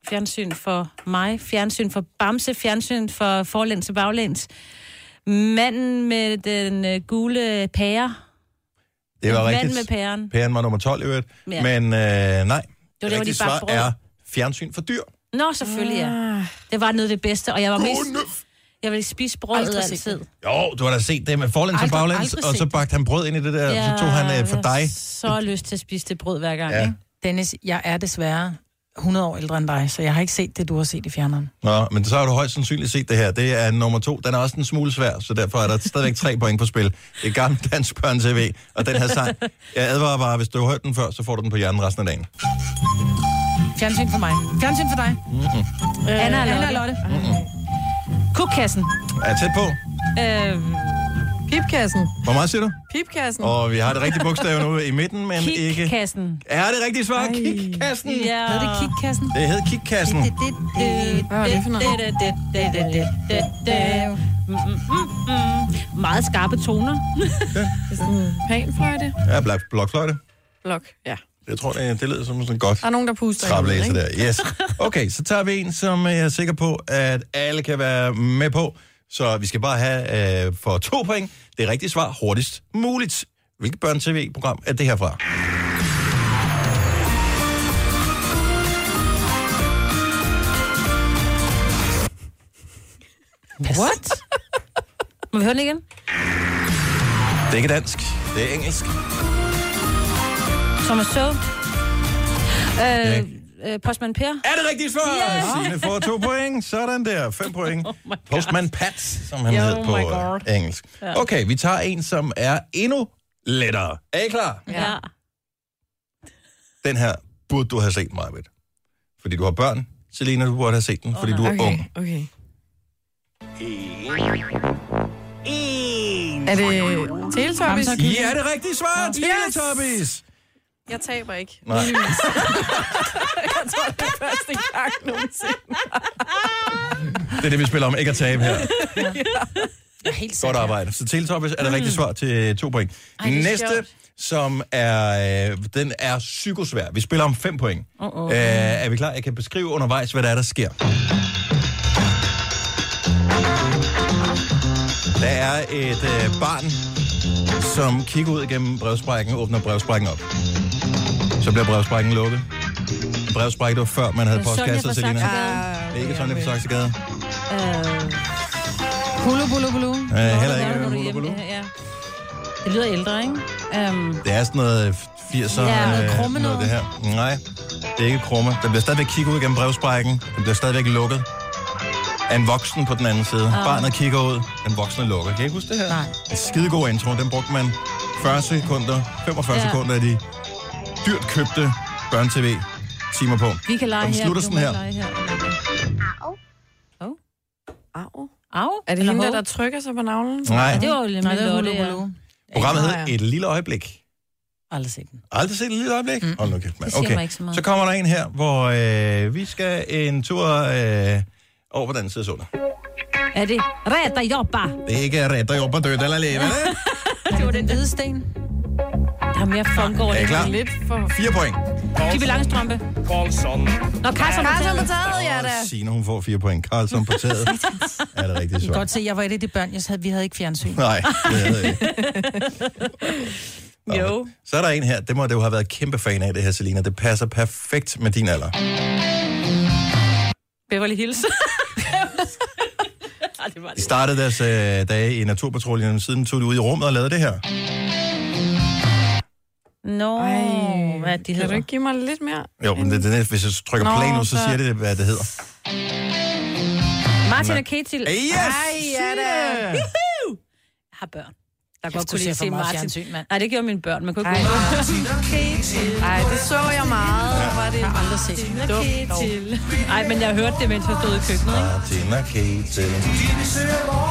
I: Fjernsyn for mig, fjernsyn for Bamse, fjernsyn for forlæns og baglæns. Manden med den øh, gule pære.
C: Det var
I: Manden
C: rigtigt.
I: med pæren.
C: Pæren var nummer 12 i øvrigt.
I: Ja.
C: Men øh, nej, det,
I: hvor
C: det
I: de
C: rigtige
I: bagte
C: svar
I: brød.
C: er fjernsyn for dyr.
I: Nå, selvfølgelig
F: Ah.
I: ja. Det var noget af det bedste, og jeg var
C: Kunde.
I: mest... Jeg ville spise brødet
F: Aldrig set
I: altid.
C: Jo, du har da set det med forlæns og
I: Aldrig-
C: baglæns,
I: aldrig
C: og så
I: set
C: bagte han brød ind i det der, ja, så tog han øh, for
I: jeg
C: dig.
I: har Så lyst til at spise det brød hver gang.
C: Ja.
I: Ja.
F: Dennis, jeg er desværre 100 år ældre end dig, så jeg har ikke set det, du har set i fjerneren.
C: Nå, men så har du højst sandsynligt set det her. Det er nummer to. Den er også en smule svær, så derfor er der stadigvæk tre point på spil. Det er gammel dansk børn TV, og den her sang. Jeg advarer bare, hvis du har hørt den før, så får du den på hjernen resten af dagen.
F: Fjernsyn for mig. Fjernsyn for dig.
C: Mm-hmm.
F: Øh,
I: Anna og Lotte.
F: Anna og Lotte.
I: Kukkassen.
C: Er jeg tæt på?
I: Øh,
E: Øhm, Pipkassen.
C: Hvor meget siger du?
E: Pipkassen.
C: Og vi har det rigtige bogstav
E: (laughs)
C: nu i midten, men ikke...
I: Kikkassen.
C: Er det rigtige svar? Kikkassen.
I: Ja. Hed det kikkassen?
C: Det hed Kikkassen.
I: Hvad var det for noget? Mm, Meget skarpe toner.
E: Det er sådan panfløjte.
C: Ja, blok, blokfløjte.
E: Blok, ja.
C: Jeg tror, det, det lyder som sådan et godt
E: Der er nogen, der puster.
C: Traplæser der, yes. Okay, så tager vi en, som jeg er sikker på, at alle kan være med på. Så vi skal bare have øh, for to point det rigtige svar hurtigst muligt. Hvilket børn-tv-program er det herfra?
I: What? Må vi høre den igen?
C: Det er ikke dansk, det er engelsk.
I: Thomas Så.
C: Ja.
I: Øh, øh, Postman Per.
C: Er det rigtigt svar? Yeah. Signe får to point. Sådan der. Fem point. Postman Pat, som han
B: Oh
C: hed
B: my
C: på
B: God.
C: øh, engelsk.
B: Ja.
C: Okay, vi tager en, som er endnu lettere. Er I klar?
I: Ja.
C: Den her burde du have set, Marvitt. Fordi du har børn. Selina, du burde have set den, fordi du er
E: okay,
C: ung.
E: Okay. Er det Teletubbies?
C: Ja, det er rigtigt svar.
E: Yes!
C: Teletubbies.
E: Jeg taber ikke.
C: Nej.
E: Heldigvis. (laughs) jeg tror, det er første gang nogensinde.
C: Det er det, vi spiller om. Ikke at tabe
F: (laughs)
C: her.
F: Jeg er helt Mm.
C: Godt arbejde. Så Teletubbies er det rigtige svar til to point.
F: Ej, det er
C: Næste,
F: sjovt.
C: som er, øh, den er psykosvær. Vi spiller om fem point.
F: Uh-oh.
C: Øh, er vi klar? Jeg kan beskrive undervejs, hvad der er, der sker. Der er et øh, barn, som kigger ud igennem brevsprækken, åbner brevsprækken op. Så bliver brevsprækken lukket. Brevsprækken det var før, man havde
B: Det er Sonja
C: postkasser,
B: fra
C: Selina.
B: Saxegade.
C: Det er ikke Sonja på Saxegade.
I: Øh.
F: Bulu, bulu, bulu.
C: Øh, heller
I: Nå,
C: ikke
I: når du er
C: Bulu,
I: hjemme,
C: Bulu.
I: ja, ja. Det lyder ældre, ikke? Øhm,
C: Det er sådan noget 80'er,
I: Ja, noget
C: øh,
I: krumme
C: noget det her. Nej, det er ikke krumme. Den bliver stadigvæk kigget ud gennem brevsprækken. Den bliver stadigvæk lukket af en voksen på den anden side.
B: Ah.
C: Barnet kigger ud, den voksne lukker. Kan I ikke huske det her? Nej. En skidegod intro, den brugte man 40 sekunder, 45
I: Ja.
C: ja. sekunder af de dyrt købte børn-tv-timer på.
I: Vi kan lege
C: Og den
I: her.
C: slutter
I: du
C: sådan
I: må
C: her.
I: lege her.
E: Au? Er det
I: Eller
E: hende, der,
I: hov?
E: der trykker sig på navlen?
C: Nej. Ja, det
I: var jo lidt
E: Nej, det var
I: Lotte,
E: Lotte,
I: ja.
E: ja.
C: Programmet hedder Et Lille Øjeblik.
F: Aldrig set den.
C: Aldrig set Et Lille Øjeblik? Mm. Hold nu kæft, mand.
F: Det siger mig ikke så meget.
C: så kommer der en her, hvor øh, vi skal en tur øh, over på den anden side af solen.
I: Er det Reda Jobba?
C: Det er ikke ret at jobbe død eller leve, eller?
I: (laughs)
F: Det var den hvide sten.
I: Der er mere funk over
C: Er I
I: det.
C: klar?
I: Lidt for...
C: Fire point.
I: Pippi Langstrømpe.
C: Carlson.
I: Nå, Carlson på
E: Carlson på
I: taget.
E: taget, ja da.
C: Signe, hun får fire point. Carlson på
F: (laughs)
C: taget. er det rigtigt
F: I kan
C: svar?
F: godt se, at jeg var et af de børn, jeg havde, vi havde ikke fjernsyn.
C: Nej, det havde jeg ikke.
F: Jo.
C: Så er der en her, det må du have været kæmpe fan af, det her, Selina. Det passer perfekt med din alder.
I: Beverly
C: (laughs)
I: Hills. Ej, det var
C: De
I: det.
C: startede deres øh, dage i naturpatruljen, og siden tog de ud i rummet og lavede det her.
I: Nå,
E: Ej,
I: hvad de
E: Kan du
I: hedder.
E: ikke give mig lidt mere?
C: Jo, men det, det, er- hvis jeg trykker
E: Nå,
C: play nu, så
E: så-
C: siger det, hvad det hedder.
I: Martin
C: Nej.
I: og Ketil.
C: Yes!
I: Ej, ja da.
C: Signe!
I: Juhu! Jeg har børn. Der
F: Kæft,
I: godt
F: du
I: kunne
F: ser
I: lige
F: for
I: se
F: meget
I: Martin.
F: fjernsyn, mand.
I: Nej, det gjorde mine børn. Man kunne ikke
E: Ej.
I: gå
E: Ej, det så jeg meget.
C: Ja.
E: Ja. Var det
I: aldrig set. Dumt. Ej, men jeg hørte det, mens jeg stod i køkkenet.
C: Martin og Kate.
F: (laughs)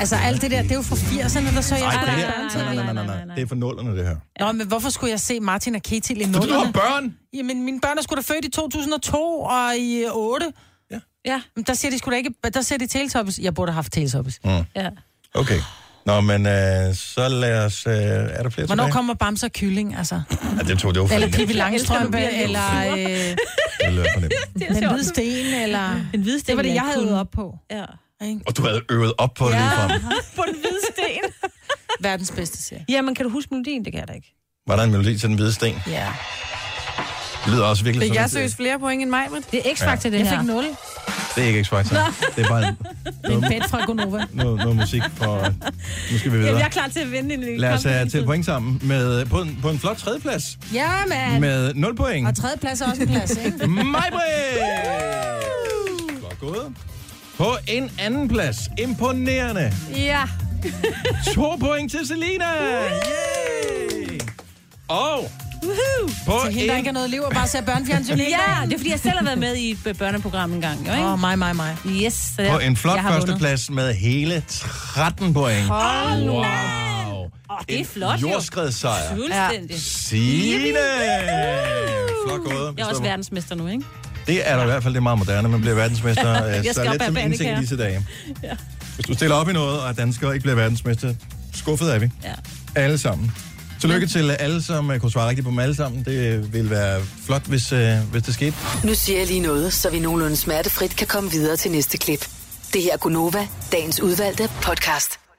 F: Altså alt det der, det er jo fra 80'erne, der så jeg
C: Nej, det
F: skulle have
C: her. Nej, nej, nej, nej, nej, nej. Det er for nullerne, det her.
F: Nå, men hvorfor skulle jeg se Martin og Ketil i
C: Fordi du har
F: nullerne?
C: børn.
F: Jamen, mine børn er sgu da født i 2002 og i 8.
C: Ja.
I: Ja.
F: Men der ser de sgu da ikke... Der ser de Teletubbies. Jeg burde have haft Teletubbies.
C: Mm.
I: Ja.
C: Okay. Nå, men øh, så lad os... Øh, er der flere
F: Hvornår
C: tilbage?
F: kommer Bamse og Kylling, altså?
C: Ja, det tog det var for
F: Eller
C: nemt.
F: Pippi Langstrømpe,
I: Jeg elsker, at du
C: (laughs)
I: (laughs) bliver
F: eller øh,
C: Det lød for nemt.
F: Den Hvide Sten, eller...
I: En hvidsten.
F: Det var det, jeg havde
I: kunne.
F: øvet op på.
I: Ja.
C: Og du havde øvet op på det lige frem.
I: (laughs) på den hvide sten. (laughs)
F: Verdens bedste serie.
I: Jamen, kan du huske melodien? Det kan jeg da ikke.
C: Var der en melodi til den hvide sten?
F: Ja.
C: Det lyder også virkelig
E: Fik
C: sådan.
E: jeg seriøst flere point end mig, Britt?
I: Det er
C: X-Factor,
I: det
F: jeg
I: her.
F: fik 0.
C: Det er ikke X-Factor. Det er bare en-
F: Men bedt fra Gonova.
C: noget, noget musik. Og nu skal vi videre.
I: klar til at vinde en lille
C: Lad os have til point sammen med, på, en, på en flot tredjeplads.
F: Ja, mand.
C: Med 0 point.
F: Og tredje plads er også en plads, ikke?
C: Majbrit! Godt gået. På en anden plads. Imponerende.
E: Ja.
C: To point til Selina. Yay! Og på
F: Til hende, der ikke
C: en...
F: er noget liv og bare ser børnefjernsyn hele
I: Ja,
F: dagen.
I: det er fordi, jeg selv har været med i et børneprogram en gang, jo,
F: Åh,
I: ikke?
F: oh, mig, mig, mig.
I: Yes. så
C: På
I: jeg-
C: en flot
I: jeg har vundet.
C: førsteplads med hele 13 point.
I: Hold nu.
C: Wow.
I: Åh, det er flot, jo.
C: jordskredssejr.
I: Fuldstændig.
C: Signe! Flot gået.
I: Jeg er også verdensmester nu, ikke?
C: Det er der i hvert fald, det er meget moderne. Man bliver verdensmester. øh,
I: (laughs) Jeg
C: så
I: skal op
C: lidt
I: ad
C: som
I: banen,
C: ingenting
I: kan
C: i
I: jeg.
C: disse dage. Hvis du stiller op i noget, og danskere ikke bliver verdensmester, skuffet er vi.
I: Ja.
C: Alle sammen. Tillykke til alle, som øh, kunne svare rigtigt på dem alle sammen. Det vil være flot, hvis, øh, hvis det skete.
A: Nu siger jeg lige noget, så vi nogenlunde smertefrit kan komme videre til næste klip. Det her er Gunova, dagens udvalgte podcast.